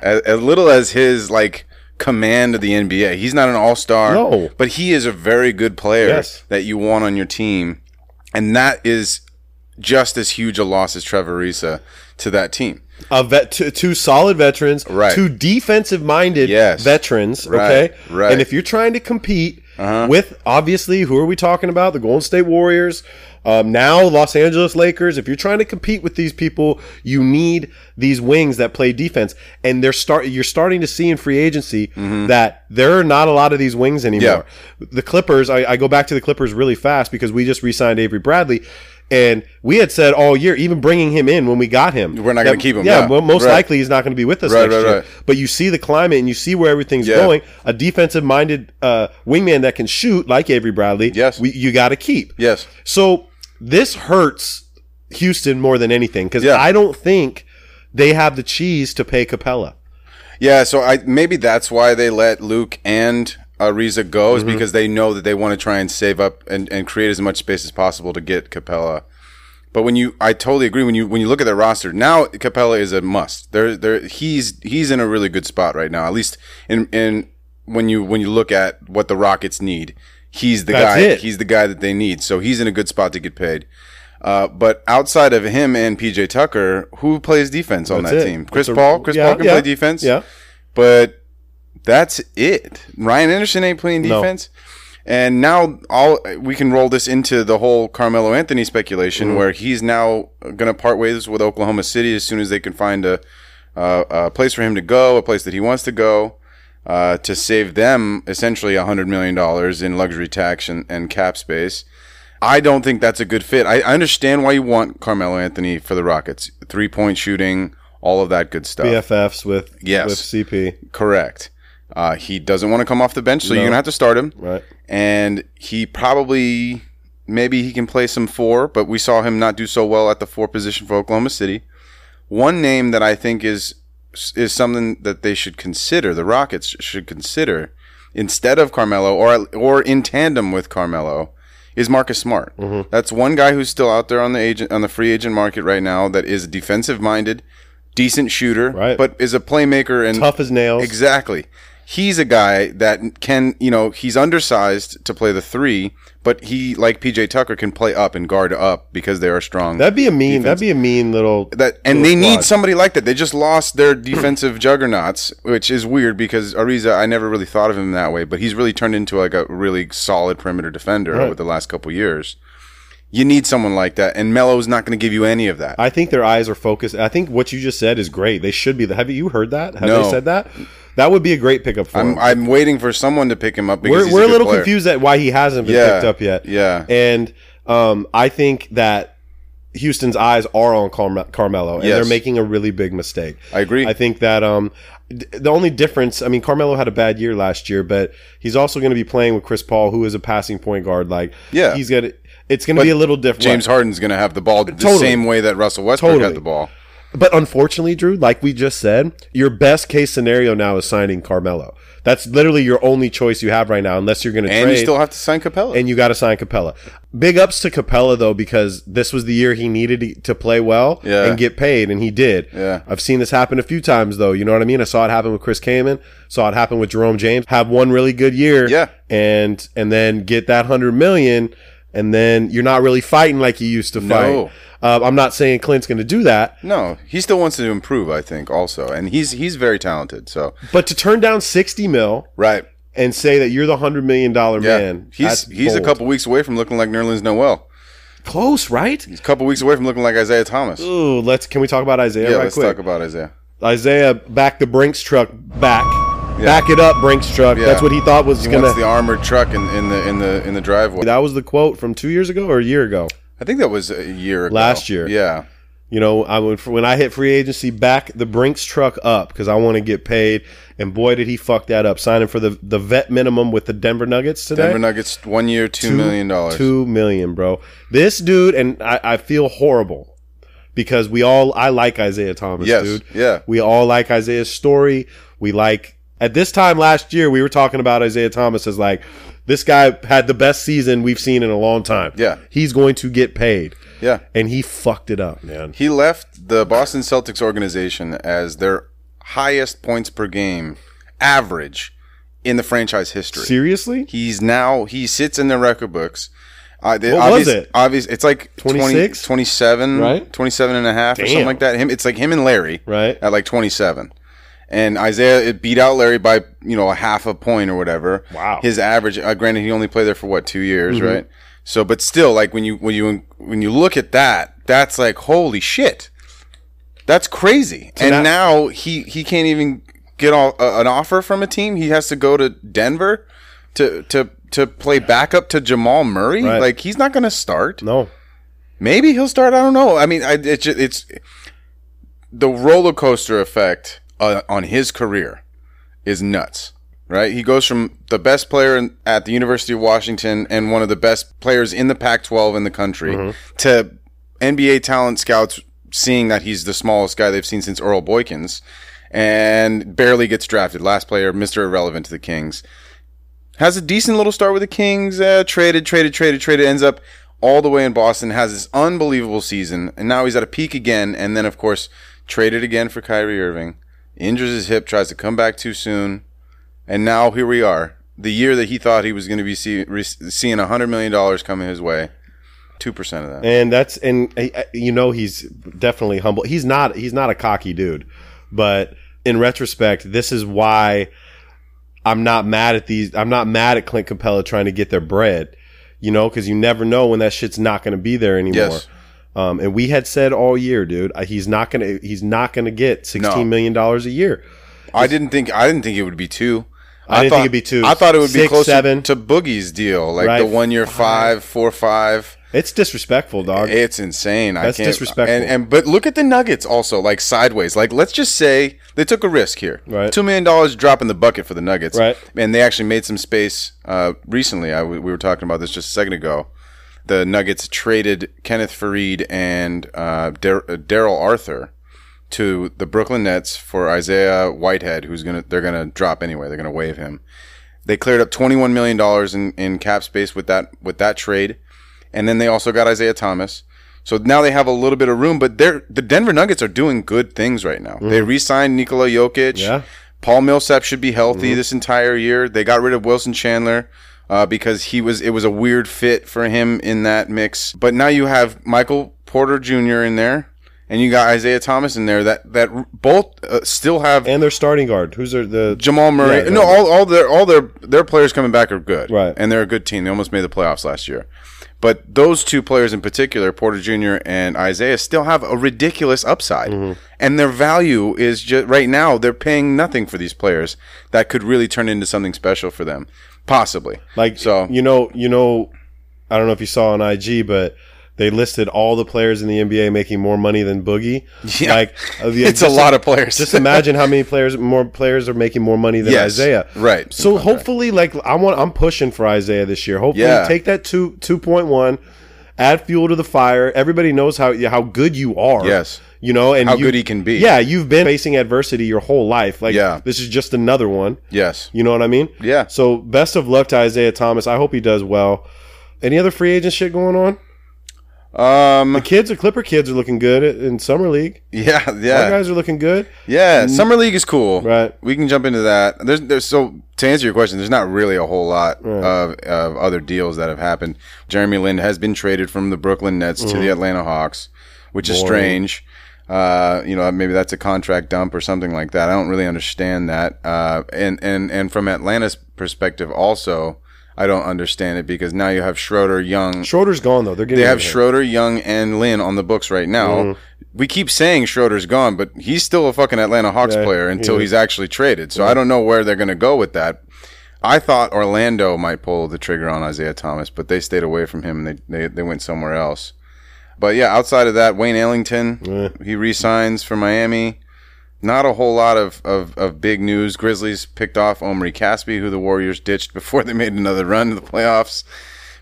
[SPEAKER 3] as, as little as his like command of the NBA, he's not an all star.
[SPEAKER 1] No.
[SPEAKER 3] but he is a very good player
[SPEAKER 1] Yes.
[SPEAKER 3] that you want on your team, and that is just as huge a loss as Trevor Ariza to that team.
[SPEAKER 1] a vet, two, two solid veterans,
[SPEAKER 3] Right.
[SPEAKER 1] two defensive minded
[SPEAKER 3] Yes.
[SPEAKER 1] veterans.
[SPEAKER 3] Right,
[SPEAKER 1] Okay,
[SPEAKER 3] right. Uh-huh.
[SPEAKER 1] And if you're trying to compete with obviously who are we talking about? The Golden State Warriors, um, now Los Angeles Lakers. If you're trying to compete with these people, you need these wings that play defense, and they're start. You're starting to see in free agency
[SPEAKER 3] Mm-hmm.
[SPEAKER 1] that there are not a lot of these wings anymore. The Clippers. I, I go back to the Clippers really fast because we just re-signed Avery Bradley. And we had said all year, even bringing him in when we got him,
[SPEAKER 3] We're not
[SPEAKER 1] that-
[SPEAKER 3] gonna keep him,
[SPEAKER 1] Yeah,
[SPEAKER 3] yeah.
[SPEAKER 1] well, most
[SPEAKER 3] Right.
[SPEAKER 1] likely he's not going to be with us
[SPEAKER 3] Right,
[SPEAKER 1] next
[SPEAKER 3] right,
[SPEAKER 1] year.
[SPEAKER 3] right.
[SPEAKER 1] But you see the climate and you see where everything's
[SPEAKER 3] Yeah.
[SPEAKER 1] going. A defensive-minded uh, wingman that can shoot like Avery Bradley.
[SPEAKER 3] Yes.
[SPEAKER 1] we, you got to keep.
[SPEAKER 3] Yes.
[SPEAKER 1] So this hurts Houston more than anything because
[SPEAKER 3] Yeah.
[SPEAKER 1] I don't think they have the cheese to pay Capella.
[SPEAKER 3] Yeah, so I maybe that's why they let Luke and Ariza go
[SPEAKER 1] Mm-hmm.
[SPEAKER 3] is because they know that they want to try and save up and, and create as much space as possible to get Capella. But when you, I totally agree. When you when you look at their roster now, Capella is a must. There, there, he's he's in a really good spot right now. At least in in when you when you look at what the Rockets need, he's the
[SPEAKER 1] That's
[SPEAKER 3] guy.
[SPEAKER 1] it.
[SPEAKER 3] He's the guy that they need. So he's in a good spot to get paid. Uh, but outside of him and PJ Tucker, who plays defense on
[SPEAKER 1] That's
[SPEAKER 3] that
[SPEAKER 1] it.
[SPEAKER 3] team? Chris
[SPEAKER 1] It's a-
[SPEAKER 3] Paul. Chris
[SPEAKER 1] yeah,
[SPEAKER 3] Paul can
[SPEAKER 1] yeah,
[SPEAKER 3] play defense
[SPEAKER 1] Yeah,
[SPEAKER 3] but that's it. Ryan Anderson ain't playing
[SPEAKER 1] No.
[SPEAKER 3] defense. And now all we can roll this into the whole Carmelo Anthony speculation, where he's now going to part ways with Oklahoma City as soon as they can find a, uh, a place for him to go, a place that he wants to go, uh, to save them essentially hundred million dollars in luxury tax and, and cap space. I don't think that's a good fit. I, I understand why you want Carmelo Anthony for the Rockets, three point shooting, all of that good stuff.
[SPEAKER 1] BFFs with
[SPEAKER 3] Uh, Yes.
[SPEAKER 1] with CP.
[SPEAKER 3] Correct. Uh, he doesn't want to come off the bench, so you're gonna have to start him.
[SPEAKER 1] Right.
[SPEAKER 3] And he probably, maybe he can play some four, but we saw him not do so well at the four position for Oklahoma City. One name that I think is is something that they should consider. The Rockets sh- should consider instead of Carmelo, or or in tandem with Carmelo, is Marcus Smart.
[SPEAKER 1] Mm-hmm.
[SPEAKER 3] That's one guy who's still out there on the agent on the free agent market right now. That is defensive minded, decent shooter,
[SPEAKER 1] Right.
[SPEAKER 3] but is a playmaker and
[SPEAKER 1] Tough as nails.
[SPEAKER 3] Exactly. He's a guy that can, you know, he's undersized to play the three, but he, like PJ Tucker, can play up and guard up because they are strong.
[SPEAKER 1] That'd be a mean. That'd be a mean little.
[SPEAKER 3] that, and they
[SPEAKER 1] little
[SPEAKER 3] need
[SPEAKER 1] squad.
[SPEAKER 3] somebody like that. They just lost their defensive juggernauts, which is weird because Ariza, I never really thought of him that way, but he's really turned into like a really solid perimeter defender
[SPEAKER 1] Right.
[SPEAKER 3] over the last couple years. You need someone like that, and Melo's not going to give you any of that.
[SPEAKER 1] I think their eyes are focused. I think what you just said is great. They should be. The, have you heard that? Have
[SPEAKER 3] No.
[SPEAKER 1] they said that? That would be a great pickup for
[SPEAKER 3] I'm,
[SPEAKER 1] them.
[SPEAKER 3] I'm waiting for someone to pick him up. Because
[SPEAKER 1] we're
[SPEAKER 3] he's
[SPEAKER 1] we're a,
[SPEAKER 3] good
[SPEAKER 1] little
[SPEAKER 3] player.
[SPEAKER 1] confused at why he hasn't been
[SPEAKER 3] Yeah,
[SPEAKER 1] picked up yet.
[SPEAKER 3] yeah.
[SPEAKER 1] and um, I think that Houston's eyes are on Carme- Carmelo, and
[SPEAKER 3] Yes.
[SPEAKER 1] they're making a really big mistake.
[SPEAKER 3] I agree.
[SPEAKER 1] I think that um, d- the only difference, I mean, Carmelo had a bad year last year, but he's also going to be playing with Chris Paul, who is a passing point guard. Like,
[SPEAKER 3] Yeah.
[SPEAKER 1] he's gonna. It's going to be a little different.
[SPEAKER 3] James Harden's going to have the ball the
[SPEAKER 1] Totally.
[SPEAKER 3] same way that Russell Westbrook
[SPEAKER 1] Totally.
[SPEAKER 3] had the ball.
[SPEAKER 1] But unfortunately, Drew, like we just said, your best case scenario now is signing Carmelo. That's literally your only choice you have right now, unless you're going to
[SPEAKER 3] And
[SPEAKER 1] trade.
[SPEAKER 3] you still have to sign Capella.
[SPEAKER 1] and you got to sign Capella. Big ups to Capella though, because this was the year he needed to- to play well
[SPEAKER 3] Yeah.
[SPEAKER 1] and get paid, and he did.
[SPEAKER 3] Yeah.
[SPEAKER 1] I've seen this happen a few times though. You know what I mean? I saw it happen with Chris Kaman. Saw it happen with Jerome James. Have one really good year.
[SPEAKER 3] Yeah.
[SPEAKER 1] and and then get that hundred million. and then you're not really fighting like you used to fight.
[SPEAKER 3] No.
[SPEAKER 1] Uh, I'm not saying Clint's going to do that,
[SPEAKER 3] No, he still wants to improve, I think, also. And he's he's very talented, so
[SPEAKER 1] but to turn down 60 mil
[SPEAKER 3] right.
[SPEAKER 1] and say that you're the hundred million dollar
[SPEAKER 3] Yeah.
[SPEAKER 1] man,
[SPEAKER 3] he's
[SPEAKER 1] that's
[SPEAKER 3] he's a
[SPEAKER 1] bold.
[SPEAKER 3] couple weeks away from looking like Nerlens Noel.
[SPEAKER 1] close, right?
[SPEAKER 3] He's a couple weeks away from looking like Isaiah Thomas.
[SPEAKER 1] Ooh, let's can we talk about Isaiah
[SPEAKER 3] yeah,
[SPEAKER 1] right
[SPEAKER 3] let's
[SPEAKER 1] quick?
[SPEAKER 3] talk about Isaiah.
[SPEAKER 1] Isaiah back the Brinks truck back. Back it up, Brinks truck.
[SPEAKER 3] Yeah.
[SPEAKER 1] That's what he thought was
[SPEAKER 3] He
[SPEAKER 1] gonna.
[SPEAKER 3] wants the armored truck in, in the in the in the driveway.
[SPEAKER 1] that was the quote from two years ago or a year ago.
[SPEAKER 3] I think that was a year ago.
[SPEAKER 1] Last year.
[SPEAKER 3] Yeah.
[SPEAKER 1] You know, I would, when I hit free agency, back the Brinks truck up because I want to get paid. And boy, did he fuck that up, signing for the the vet minimum with the Denver Nuggets today.
[SPEAKER 3] Denver Nuggets one year, two
[SPEAKER 1] Two-
[SPEAKER 3] million dollars.
[SPEAKER 1] Two million, bro. This dude, and I, I feel horrible because we all I like Isaiah Thomas,
[SPEAKER 3] Yes,
[SPEAKER 1] dude.
[SPEAKER 3] yeah.
[SPEAKER 1] We all like Isaiah's story. We like at this time last year we were talking about Isaiah Thomas as like this guy had the best season we've seen in a long time.
[SPEAKER 3] Yeah.
[SPEAKER 1] He's going to get paid.
[SPEAKER 3] Yeah.
[SPEAKER 1] And he fucked it up, man.
[SPEAKER 3] He left the Boston Celtics organization as their highest points per game average in the franchise history.
[SPEAKER 1] Seriously?
[SPEAKER 3] He's now he sits in the record books. Uh, they,
[SPEAKER 1] What was
[SPEAKER 3] obvious-
[SPEAKER 1] it?
[SPEAKER 3] Obvious, it's like 26?
[SPEAKER 1] 26?
[SPEAKER 3] 27,
[SPEAKER 1] Right?
[SPEAKER 3] 27 and a half or something
[SPEAKER 1] Damn.
[SPEAKER 3] like that. Him, it's like him and Larry,
[SPEAKER 1] Right.
[SPEAKER 3] At like twenty seven, and Isaiah it beat out Larry by you know a half a point or whatever.
[SPEAKER 1] Wow. Mm-hmm.
[SPEAKER 3] his average. Uh, granted, he only played there for what two years, right? So, but still, like when you when you when you look at that, that's like holy shit, that's crazy. and
[SPEAKER 1] now-
[SPEAKER 3] now he he can't even get all, a an offer from a team. He has to go to Denver to to to play backup to Jamal Murray.
[SPEAKER 1] Right.
[SPEAKER 3] Like he's not going to start.
[SPEAKER 1] No.
[SPEAKER 3] Maybe he'll start. I don't know. I mean, I, it's ju- it's the roller coaster effect uh, on his career is nuts. Right? He goes from the best player in, at the University of Washington and one of the best players in the Pac-12 in the country to NBA talent scouts seeing that he's the smallest guy they've seen since Earl Boykins and barely gets drafted. Last player, Mr. Irrelevant to the Kings has a decent little start with the Kings. Uh, traded, traded, traded, traded. Ends up all the way in Boston. Has this unbelievable season, and now he's at a peak again. And then, of course, traded again for Kyrie Irving. Injures his hip. Tries to come back too soon. And now here we are. The year that he thought he was going to be see, re- seeing a hundred million dollars coming his way. Two percent of that.
[SPEAKER 1] And that's and uh, you know he's definitely humble. He's not he's not a cocky dude, but in retrospect, this is why I'm not mad at these. I'm not mad at Clint Capella trying to get their bread, you know, because you never know when that shit's not going to be there anymore.
[SPEAKER 3] Yes.
[SPEAKER 1] Um, and we had said all year, dude, uh, he's not gonna he's not gonna get
[SPEAKER 3] No.
[SPEAKER 1] sixteen million dollars a year.
[SPEAKER 3] I didn't think I didn't think it would be two.
[SPEAKER 1] I didn't
[SPEAKER 3] thought,
[SPEAKER 1] think it'd be two.
[SPEAKER 3] I thought it would be
[SPEAKER 1] Six,
[SPEAKER 3] closer
[SPEAKER 1] seven.
[SPEAKER 3] to Boogie's deal, like
[SPEAKER 1] Right.
[SPEAKER 3] the one year five, four, five.
[SPEAKER 1] It's disrespectful, dog.
[SPEAKER 3] It's insane.
[SPEAKER 1] That's
[SPEAKER 3] I can't,
[SPEAKER 1] disrespectful.
[SPEAKER 3] And, and but look at the Nuggets also, like sideways. Like let's just say they took a risk here.
[SPEAKER 1] Right.
[SPEAKER 3] Two million dollars drop in the bucket for the Nuggets.
[SPEAKER 1] Right.
[SPEAKER 3] And they actually made some space uh, recently. I, we were talking about this just a second ago. The Nuggets traded Kenneth Farid and uh, Dar- uh, Daryl Arthur to the Brooklyn Nets for Isaiah Whitehead, who's gonna they're gonna drop anyway. They're gonna waive him. They cleared up twenty one million dollars in, in cap space with that with that trade, and then they also got Isaiah Thomas. So now they have a little bit of room, but they're the Denver Nuggets are doing good things right now. They re-signed Nikola Jokic.
[SPEAKER 1] Yeah.
[SPEAKER 3] Paul Millsap should be healthy this entire year. They got rid of Wilson Chandler uh, because he was it was a weird fit for him in that mix. But now you have Michael Porter Jr. in there, and you got Isaiah Thomas in there. That that both uh, still have
[SPEAKER 1] and their starting guard, who's their the
[SPEAKER 3] Jamal Murray.
[SPEAKER 1] Yeah,
[SPEAKER 3] no,
[SPEAKER 1] right.
[SPEAKER 3] all, all their all their their players coming back are good.
[SPEAKER 1] Right.
[SPEAKER 3] And they're a good team. They almost made the playoffs last year. But those two players in particular, Porter Jr. and Isaiah, still have a ridiculous upside.
[SPEAKER 1] Mm-hmm.
[SPEAKER 3] And their value is just right now they're paying nothing for these players that could really turn into something special for them. Possibly.
[SPEAKER 1] Like
[SPEAKER 3] so
[SPEAKER 1] you know, you know, I don't know if you saw on IG, but they listed all the players in the NBA making more money than Boogie.
[SPEAKER 3] Yeah.
[SPEAKER 1] Like uh, the-
[SPEAKER 3] it's a
[SPEAKER 1] just-
[SPEAKER 3] lot of players.
[SPEAKER 1] Just imagine how many players more players are making more money than
[SPEAKER 3] Yes,
[SPEAKER 1] Isaiah.
[SPEAKER 3] right.
[SPEAKER 1] So hopefully, like I want, I'm pushing for Isaiah this year. Hopefully,
[SPEAKER 3] Yeah.
[SPEAKER 1] take that two two point one, add fuel to the fire. Everybody knows how how good you are.
[SPEAKER 3] Yes.
[SPEAKER 1] You know, and
[SPEAKER 3] How
[SPEAKER 1] you-
[SPEAKER 3] good he can be.
[SPEAKER 1] Yeah, you've been facing adversity your whole life. Like,
[SPEAKER 3] Yeah.
[SPEAKER 1] this is just another one.
[SPEAKER 3] yes.
[SPEAKER 1] You know what I mean?
[SPEAKER 3] Yeah.
[SPEAKER 1] So best of luck to Isaiah Thomas. I hope he does well. Any other free agent shit going on? The kids, the Clipper kids, are looking good in summer league.
[SPEAKER 3] Um, Yeah,
[SPEAKER 1] Our
[SPEAKER 3] yeah,
[SPEAKER 1] guys are looking good.
[SPEAKER 3] yeah. Summer league is cool.
[SPEAKER 1] Right.
[SPEAKER 3] We can jump into that. There's, there's so to answer your question, there's not really a whole lot of, of other deals that have happened. Jeremy Lin has been traded from the Brooklyn Nets to the Atlanta Hawks, which is strange. Uh, you know, maybe that's a contract dump or something like that. I don't really understand that. Uh, and and and from Atlanta's perspective, also, I don't understand it because now you have Schroeder, Young,
[SPEAKER 1] Schroeder's gone though. They're getting
[SPEAKER 3] they have
[SPEAKER 1] rid of Mm-hmm. him.
[SPEAKER 3] Schroeder, Young, and Lin on the books right now. We keep saying Schroeder's gone, but he's still a fucking Atlanta Hawks
[SPEAKER 1] Yeah,
[SPEAKER 3] player until
[SPEAKER 1] he is.
[SPEAKER 3] he's actually traded. So I don't know where they're going to go with that. I thought Orlando might pull the trigger on Isaiah Thomas, but they stayed away from him and they, they, they went somewhere else. But yeah, outside of that, Wayne Ellington, he resigns for Miami. Not a whole lot of, of, of big news. Grizzlies picked off Omri Caspi, who the Warriors ditched before they made another run to the playoffs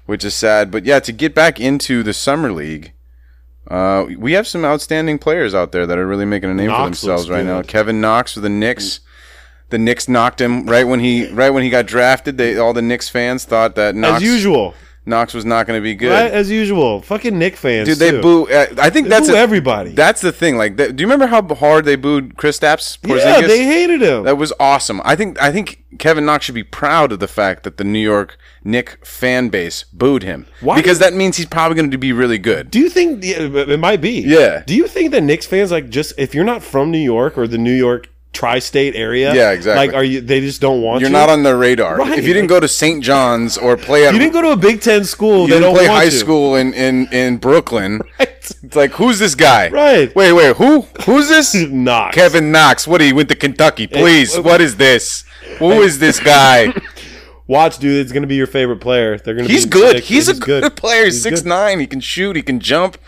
[SPEAKER 3] which is sad. But yeah, to get back into the summer league, uh, we have some outstanding players out there that are really making a name for
[SPEAKER 1] Knox
[SPEAKER 3] themselves
[SPEAKER 1] looks
[SPEAKER 3] right now.
[SPEAKER 1] good.
[SPEAKER 3] Kevin Knox with the Knicks. The Knicks knocked him right when he right when he got drafted. They all the Knicks fans thought that Knox,
[SPEAKER 1] as usual.
[SPEAKER 3] Knox was not going to be good.
[SPEAKER 1] Right? As usual, fucking Nick fans.
[SPEAKER 3] Dude, they
[SPEAKER 1] too.
[SPEAKER 3] boo. Uh, I think
[SPEAKER 1] They
[SPEAKER 3] that's
[SPEAKER 1] boo
[SPEAKER 3] a-
[SPEAKER 1] everybody.
[SPEAKER 3] That's the thing. Like, that, do you remember how hard they booed Kristaps Porzingis?
[SPEAKER 1] yeah, they hated him.
[SPEAKER 3] That was awesome. I think I think Kevin Knox should be proud of the fact that the New York Nick fan base booed him.
[SPEAKER 1] Why
[SPEAKER 3] Because that means he's probably going to be really good.
[SPEAKER 1] Do you think yeah, it might be?
[SPEAKER 3] Yeah.
[SPEAKER 1] Do you think that Knicks fans like just if you're not from New York or the New York tri-state area?
[SPEAKER 3] Yeah, exactly.
[SPEAKER 1] Like, are you? They just don't want
[SPEAKER 3] You're
[SPEAKER 1] you?
[SPEAKER 3] not on their radar.
[SPEAKER 1] Right.
[SPEAKER 3] If you didn't go to St. John's or play at
[SPEAKER 1] You didn't go to a Big Ten school.
[SPEAKER 3] you
[SPEAKER 1] they
[SPEAKER 3] didn't
[SPEAKER 1] don't
[SPEAKER 3] play
[SPEAKER 1] want
[SPEAKER 3] high
[SPEAKER 1] you.
[SPEAKER 3] school in in in Brooklyn.
[SPEAKER 1] Right.
[SPEAKER 3] It's like who's this guy?
[SPEAKER 1] Right.
[SPEAKER 3] Wait, wait, who? Who's this?
[SPEAKER 1] Knox.
[SPEAKER 3] Kevin Knox. What he went to Kentucky? Please.
[SPEAKER 1] Hey,
[SPEAKER 3] what is this? Who is this guy?
[SPEAKER 1] Watch, dude. It's gonna be your favorite player. They're gonna.
[SPEAKER 3] He's
[SPEAKER 1] be
[SPEAKER 3] good.
[SPEAKER 1] sick.
[SPEAKER 3] He's, a good, player. He's six
[SPEAKER 1] good.
[SPEAKER 3] nine. He can shoot. He can jump.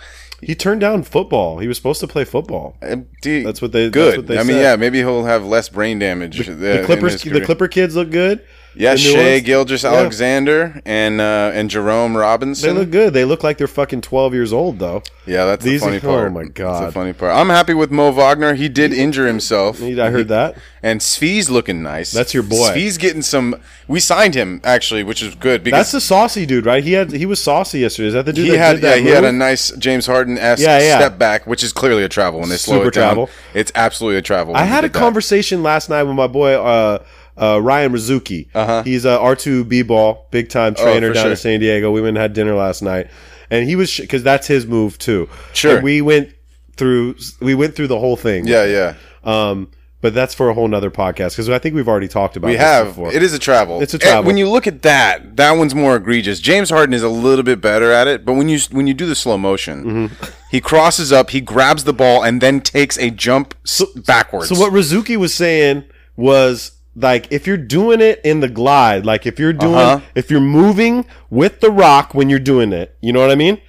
[SPEAKER 1] He turned down football. He was supposed to play football.
[SPEAKER 3] Um, dude,
[SPEAKER 1] That's what they- that's
[SPEAKER 3] Good.
[SPEAKER 1] what they
[SPEAKER 3] I mean,
[SPEAKER 1] said.
[SPEAKER 3] yeah, maybe he'll have less brain damage. uh,
[SPEAKER 1] The
[SPEAKER 3] in
[SPEAKER 1] Clippers.
[SPEAKER 3] his
[SPEAKER 1] The
[SPEAKER 3] career.
[SPEAKER 1] Clipper kids look good.
[SPEAKER 3] Yeah,
[SPEAKER 1] The new
[SPEAKER 3] Shea
[SPEAKER 1] ones.
[SPEAKER 3] Gilgis
[SPEAKER 1] Yeah.
[SPEAKER 3] Alexander and uh, and Jerome Robinson.
[SPEAKER 1] They look good. They look like they're fucking twelve years old though.
[SPEAKER 3] Yeah, that's
[SPEAKER 1] These
[SPEAKER 3] the funny
[SPEAKER 1] are-
[SPEAKER 3] part.
[SPEAKER 1] oh my
[SPEAKER 3] That's
[SPEAKER 1] God.
[SPEAKER 3] the funny part. I'm happy with Mo Wagner. He did injure himself.
[SPEAKER 1] I heard that.
[SPEAKER 3] And Svi's looking nice.
[SPEAKER 1] That's your boy.
[SPEAKER 3] Svi's getting some. We signed him actually, which is good
[SPEAKER 1] That's
[SPEAKER 3] because
[SPEAKER 1] the saucy dude, right? He had. He was saucy yesterday. Is that the dude?
[SPEAKER 3] he
[SPEAKER 1] that
[SPEAKER 3] had
[SPEAKER 1] Did
[SPEAKER 3] yeah
[SPEAKER 1] that
[SPEAKER 3] he had a
[SPEAKER 1] move?
[SPEAKER 3] nice James Harden esque
[SPEAKER 1] Yeah, yeah.
[SPEAKER 3] step back, which is clearly a travel when they slow
[SPEAKER 1] Super
[SPEAKER 3] it down.
[SPEAKER 1] travel.
[SPEAKER 3] It's absolutely a travel.
[SPEAKER 1] I
[SPEAKER 3] when he
[SPEAKER 1] had a
[SPEAKER 3] did that.
[SPEAKER 1] conversation last night with my boy uh, uh, Ryan Rizuki. Uh-huh. He's a R two B ball big time trainer
[SPEAKER 3] Oh, for
[SPEAKER 1] down
[SPEAKER 3] sure.
[SPEAKER 1] in San Diego. We went and had dinner last night, and he was because that's his move too.
[SPEAKER 3] Sure.
[SPEAKER 1] And we went through we went through the whole thing.
[SPEAKER 3] Yeah, yeah.
[SPEAKER 1] Um, but that's for a whole nother podcast because I think we've already talked about
[SPEAKER 3] We
[SPEAKER 1] this
[SPEAKER 3] have.
[SPEAKER 1] before.
[SPEAKER 3] It is a travel.
[SPEAKER 1] It's a
[SPEAKER 3] And
[SPEAKER 1] travel.
[SPEAKER 3] When you look at that, that one's more egregious. James Harden is a little bit better at it, but when you when you do the slow motion,
[SPEAKER 1] Mm-hmm.
[SPEAKER 3] he crosses up, he grabs the ball, and then takes a jump s backwards.
[SPEAKER 1] So what Rizuki was saying was like if you're doing it in the glide, like if you're doing
[SPEAKER 3] Uh-huh.
[SPEAKER 1] if you're moving with the rock when you're doing it, you know what I mean?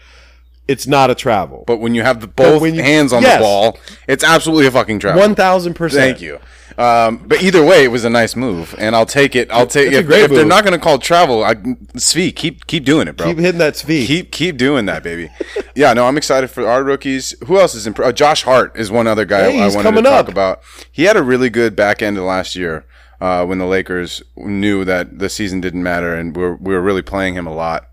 [SPEAKER 1] It's not a travel.
[SPEAKER 3] but when you have the both
[SPEAKER 1] when you-
[SPEAKER 3] hands on
[SPEAKER 1] Yes.
[SPEAKER 3] the ball, it's absolutely a fucking travel.
[SPEAKER 1] One thousand percent.
[SPEAKER 3] Thank you. Um, but either way, it was a nice move, and I'll take it. I'll take
[SPEAKER 1] It's a
[SPEAKER 3] if,
[SPEAKER 1] great
[SPEAKER 3] if they're
[SPEAKER 1] move.
[SPEAKER 3] not going to call travel. I, Svi, keep keep doing it, bro.
[SPEAKER 1] Keep hitting that speed.
[SPEAKER 3] Keep keep doing that, baby. yeah, no, I'm excited for our rookies. Who else is in? Uh, Josh Hart is one other guy
[SPEAKER 1] Hey,
[SPEAKER 3] I
[SPEAKER 1] he's
[SPEAKER 3] wanted to
[SPEAKER 1] coming
[SPEAKER 3] talk
[SPEAKER 1] up.
[SPEAKER 3] about. He had a really good back end of last year uh, when the Lakers knew that the season didn't matter, and we were, we were really playing him a lot.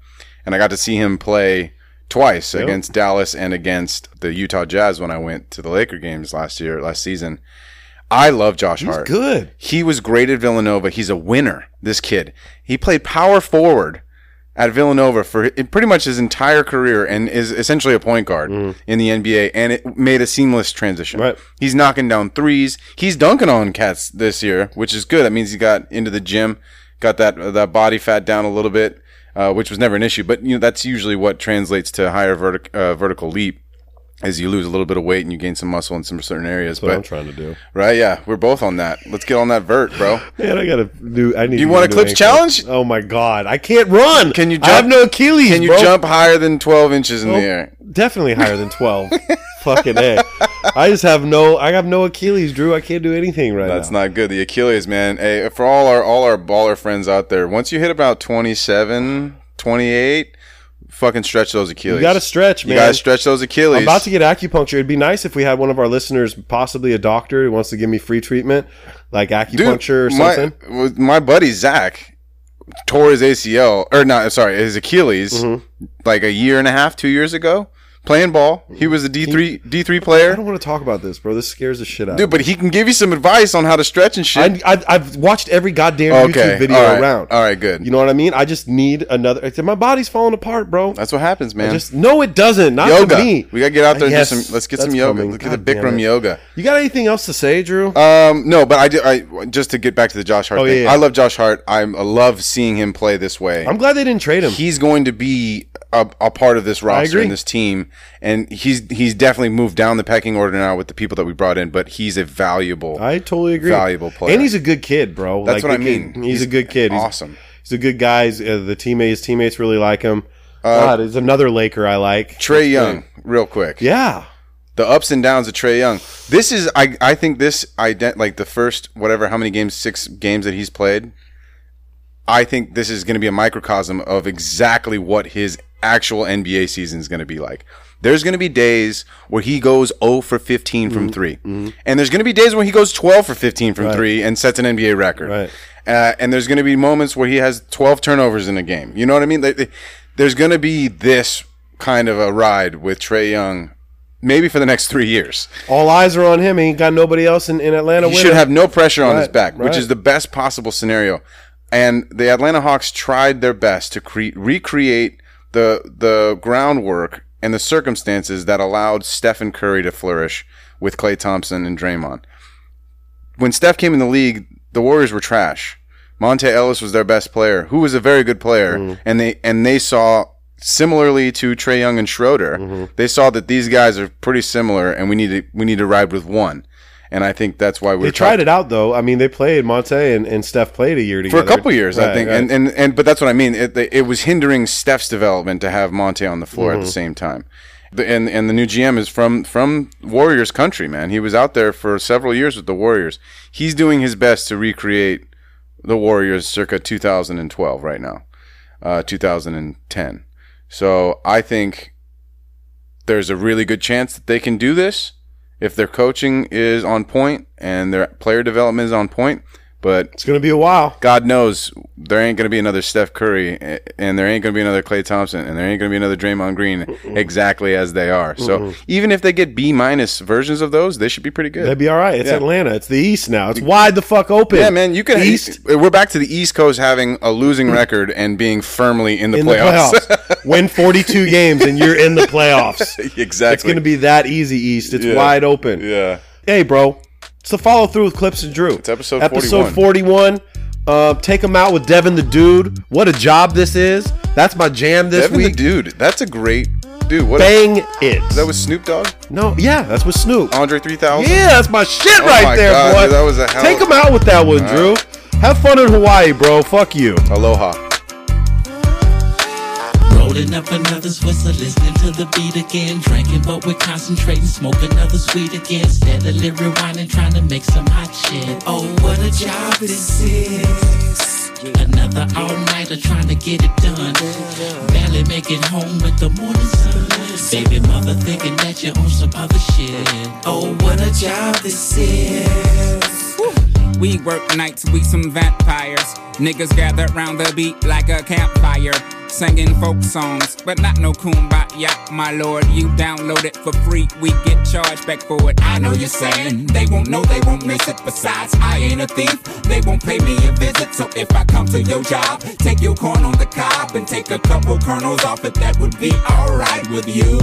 [SPEAKER 3] And I got to see him play twice against Dallas and against the Utah Jazz when I went to the Laker games last year, last season. I love Josh Hart.
[SPEAKER 1] Good.
[SPEAKER 3] He was great at Villanova. He's a winner. This kid. He played power forward at Villanova for hi- pretty much his entire career and is essentially a point guard in the NBA and it made a seamless transition.
[SPEAKER 1] Mm-hmm. Right.
[SPEAKER 3] He's knocking down threes. He's dunking on cats this year, which is good. That means he got into the gym, got that that body fat down a little bit, uh, which was never an issue, but you know that's usually what translates to higher vertic- uh, vertical leap. Is you lose a little bit of weight and you gain some muscle in some certain areas,
[SPEAKER 1] That's what I'm
[SPEAKER 3] but
[SPEAKER 1] trying to do.
[SPEAKER 3] Right? Yeah, we're both on that. Let's get on that vert, bro.
[SPEAKER 1] Man, I gotta do. I need.
[SPEAKER 3] You
[SPEAKER 1] to
[SPEAKER 3] want a
[SPEAKER 1] do
[SPEAKER 3] clips
[SPEAKER 1] ankle.
[SPEAKER 3] challenge?
[SPEAKER 1] Oh my god, I can't run.
[SPEAKER 3] Can you
[SPEAKER 1] I have
[SPEAKER 3] jump?
[SPEAKER 1] no Achilles.
[SPEAKER 3] Can you
[SPEAKER 1] bro.
[SPEAKER 3] jump higher than 12 inches
[SPEAKER 1] Oh.
[SPEAKER 3] in the air?
[SPEAKER 1] Definitely higher than twelve. Fucking a. I just have no. I have no Achilles, Drew. I can't do anything right
[SPEAKER 3] That's
[SPEAKER 1] now.
[SPEAKER 3] not good. The Achilles, man. Hey, for all our all our baller friends out there, once you hit about 27, 28, fucking stretch those Achilles.
[SPEAKER 1] you gotta stretch, man.
[SPEAKER 3] You gotta stretch those Achilles.
[SPEAKER 1] I'm about to get acupuncture. It'd be nice if we had one of our listeners, possibly a doctor who wants to give me free treatment, like acupuncture or
[SPEAKER 3] my-
[SPEAKER 1] something.
[SPEAKER 3] with My, buddy Zach
[SPEAKER 1] Mm-hmm.
[SPEAKER 3] tore his ACL, or not, sorry, his Achilles, like a year and a half, two years ago. playing ball. He was a D three D three
[SPEAKER 1] I
[SPEAKER 3] player,
[SPEAKER 1] don't want to talk about this, bro. This scares the shit out. of me.
[SPEAKER 3] dude. But he can give you some advice on how to stretch and shit.
[SPEAKER 1] I, I, I've watched every goddamn
[SPEAKER 3] Okay,
[SPEAKER 1] YouTube video
[SPEAKER 3] all right,
[SPEAKER 1] around.
[SPEAKER 3] all right, good.
[SPEAKER 1] You know what I mean? I just need another. it's- My body's falling apart, bro.
[SPEAKER 3] That's what happens, man.
[SPEAKER 1] I just no, it doesn't. Not
[SPEAKER 3] yoga.
[SPEAKER 1] to me.
[SPEAKER 3] We gotta get out there and
[SPEAKER 1] Yes,
[SPEAKER 3] do some. Let's get
[SPEAKER 1] that's
[SPEAKER 3] some yoga.
[SPEAKER 1] coming.
[SPEAKER 3] Let's get the
[SPEAKER 1] God damn
[SPEAKER 3] Bikram
[SPEAKER 1] it.
[SPEAKER 3] yoga.
[SPEAKER 1] You got anything else to say, Drew?
[SPEAKER 3] Um, no, but I, do, I just to get back to the Josh Hart
[SPEAKER 1] Oh, yeah,
[SPEAKER 3] thing.
[SPEAKER 1] yeah.
[SPEAKER 3] I love Josh Hart. I'm, I love seeing him play this way.
[SPEAKER 1] I'm glad they didn't trade him.
[SPEAKER 3] he's going to be a, a part of this roster
[SPEAKER 1] agree.
[SPEAKER 3] and this team, and he's he's definitely moved down the pecking order now with the people that we brought in. But he's a valuable.
[SPEAKER 1] I totally agree.
[SPEAKER 3] Valuable player.
[SPEAKER 1] and he's a good kid, bro.
[SPEAKER 3] That's what
[SPEAKER 1] the
[SPEAKER 3] I
[SPEAKER 1] kid-
[SPEAKER 3] mean.
[SPEAKER 1] he's, a
[SPEAKER 3] He's
[SPEAKER 1] good kid. He's-
[SPEAKER 3] awesome.
[SPEAKER 1] He's, a good guy. He's, uh, the teammate, his teammates really like him.
[SPEAKER 3] Uh,
[SPEAKER 1] God, there's another Laker I like.
[SPEAKER 3] Trey Young, real quick.
[SPEAKER 1] Yeah,
[SPEAKER 3] the ups and downs of Trey Young. This is I I think this ident like the first whatever how many games six games that he's played. I think this is going to be a microcosm of exactly what his actual NBA season is going to be like. There's going to be days where he goes 0 for 15 from 3. And there's going to be days where he goes 12 for 15 from 3 and sets an NBA record.
[SPEAKER 1] Right.
[SPEAKER 3] Uh, and there's going to be moments where he has 12 turnovers in a game. You know what I mean? Like, they- There's going to be this kind of a ride with Trey Young maybe for the next three years.
[SPEAKER 1] all eyes are on him. He ain't got nobody else in, in Atlanta.
[SPEAKER 3] He
[SPEAKER 1] with
[SPEAKER 3] should
[SPEAKER 1] him.
[SPEAKER 3] have no pressure on his
[SPEAKER 1] Right,
[SPEAKER 3] back,
[SPEAKER 1] right.
[SPEAKER 3] which is the best possible scenario. And the Atlanta Hawks tried their best to cre- recreate the the groundwork and the circumstances that allowed Stephen Curry to flourish with Klay Thompson and Draymond. When Steph came in the league, the Warriors were trash. Monte Ellis was their best player, who was a very good player, and they and they saw similarly to Trey Young and Schroeder, they saw that these guys are pretty similar, and we need to we need to ride with one. And I think that's why we
[SPEAKER 1] They
[SPEAKER 3] were
[SPEAKER 1] tried
[SPEAKER 3] talking-
[SPEAKER 1] it out though. I mean, they played Monte and, and Steph played a year
[SPEAKER 3] for
[SPEAKER 1] together
[SPEAKER 3] a couple years, I
[SPEAKER 1] Right,
[SPEAKER 3] think.
[SPEAKER 1] right.
[SPEAKER 3] And, and and but that's what I mean. It, it was hindering Steph's development to have Monte on the floor
[SPEAKER 1] Mm-hmm.
[SPEAKER 3] at the same time. The, and and the new GM is from from Warriors country, man. He was out there for several years with the Warriors. He's doing his best to recreate the Warriors circa 2012 right now, uh, 2010. So I think there's a really good chance that they can do this if their coaching is on point and their player development is on point. But
[SPEAKER 1] it's gonna be a while.
[SPEAKER 3] God knows there ain't going to be another Steph Curry, a- and there ain't going to be another Klay Thompson, and there ain't going to be another Draymond Green exactly as they are. So even if they get B minus versions of those, they should be pretty
[SPEAKER 1] That'd
[SPEAKER 3] good.
[SPEAKER 1] be all right. It's
[SPEAKER 3] Yeah.
[SPEAKER 1] Atlanta. It's the East now. It's wide the fuck open.
[SPEAKER 3] yeah, man, you can.
[SPEAKER 1] East
[SPEAKER 3] We're back to the East Coast having a losing record and being firmly in the
[SPEAKER 1] in
[SPEAKER 3] playoffs.
[SPEAKER 1] the playoffs. Win forty two games and you're in the playoffs.
[SPEAKER 3] exactly.
[SPEAKER 1] It's gonna be that easy, East. It's
[SPEAKER 3] Yeah.
[SPEAKER 1] wide open.
[SPEAKER 3] Yeah.
[SPEAKER 1] Hey, bro. It's the follow through with Clips and Drew. It's
[SPEAKER 3] episode
[SPEAKER 1] episode forty one. Uh, take them out with Devin the dude. What a job this is. That's my jam this
[SPEAKER 3] Devin the
[SPEAKER 1] week.
[SPEAKER 3] dude, that's a great dude. What? A,
[SPEAKER 1] Bang it.
[SPEAKER 3] that was Snoop Dogg,
[SPEAKER 1] no, yeah, that's what Snoop.
[SPEAKER 3] Andre three thousand.
[SPEAKER 1] Yeah, that's my shit
[SPEAKER 3] Oh
[SPEAKER 1] right
[SPEAKER 3] my
[SPEAKER 1] there,
[SPEAKER 3] God,
[SPEAKER 1] boy.
[SPEAKER 3] dude, that was a hell-
[SPEAKER 1] Take him out with that one, Drew. Have fun in Hawaii, bro. Fuck you.
[SPEAKER 3] Aloha.
[SPEAKER 9] Rolling up another Switzer, listening to the beat again. Drinking, but we're concentrating. Smoke another sweet again. Steadily rewinding, trying to make some hot shit. Oh, what a job this is. Another all-nighter trying to get it done. Barely make it home with the morning sun. Baby mother thinking that you're on some other shit. Oh, what a job this is.
[SPEAKER 10] We work nights, we some vampires. Niggas gather round the beat like a campfire. Singing folk songs, but not no kumbaya, my lord. You download it for free, we get charged back for it. I know you're saying they won't know, they won't miss it. Besides, I ain't a thief, they won't pay me a visit. So if I come to your job, take your corn on the cob and take a couple kernels off it, that would be alright with you.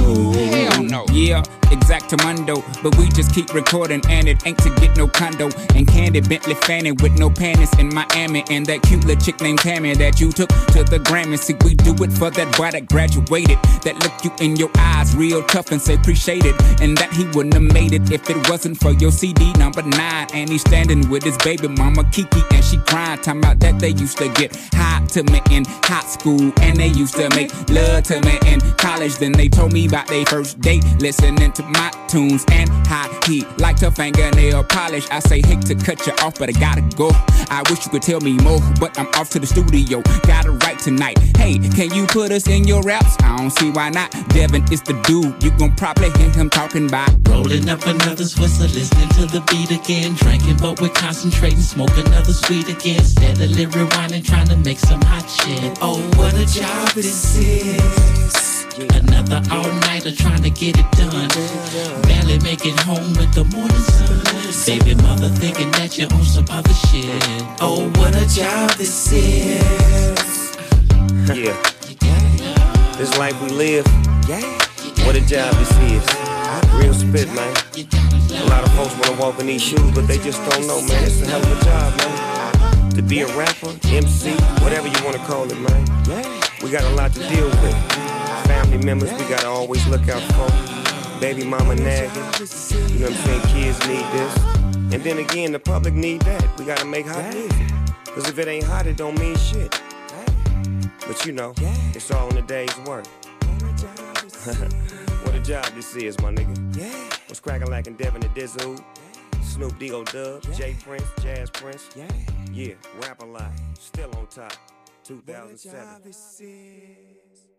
[SPEAKER 10] Hell no. Yeah, exactamundo, but we just keep recording and it ain't to get no condo. And Candy Bentley fanning with no panties in Miami. And that cute little chick named Tammy that you took to the Grammy. See, we do it for that boy that graduated. That look you in your eyes real tough and say appreciate it. And that he wouldn't have made it if it wasn't for your CD number nine. And he's standing with his baby mama Kiki and she crying. Time out that they used to get hot to me in high school. And they used to make love to me in college. Then they told me about their first date. Listening to my tunes and how he liked her fingernail polish. I say hate to cut you off, but I gotta go. I wish you could tell me more, but I'm off to the studio. Gotta write tonight. Hey, can you put us in your raps? I don't see why not. Devin is the dude. You gon' probably hear him talking by
[SPEAKER 9] Rolling up another Switzer, listening to the beat again. Drinking, but we're concentrating. Smoke another sweet again. Steadily rewinding, trying to make some hot shit. Oh, what a job this is. Another all nighter trying to get it done. Barely making home with the morning sun. Baby mother thinking that you're on some other shit. Oh, what a job this is.
[SPEAKER 11] Yeah. This life we live. What a job this is. Real spit, man. A lot of folks wanna walk in these shoes, but they just don't know, man. It's a hell of a job, man. To be a rapper, MC, whatever you wanna call it, man. We got a lot to deal with. Family members we gotta always look out for. Baby mama nagging. You know what I'm saying? Kids need this. And then again, the public need that. We gotta make hot music. Cause if it ain't hot, it don't mean shit. But you know, it's all in a day's work. what a job this is, my nigga. Yeah. What's cracking like in Devin the Dizzle? Snoop D.O. Dub, Jay Prince, Jazz Prince. Yeah. Yeah, rap a lot. Still on top. 2007.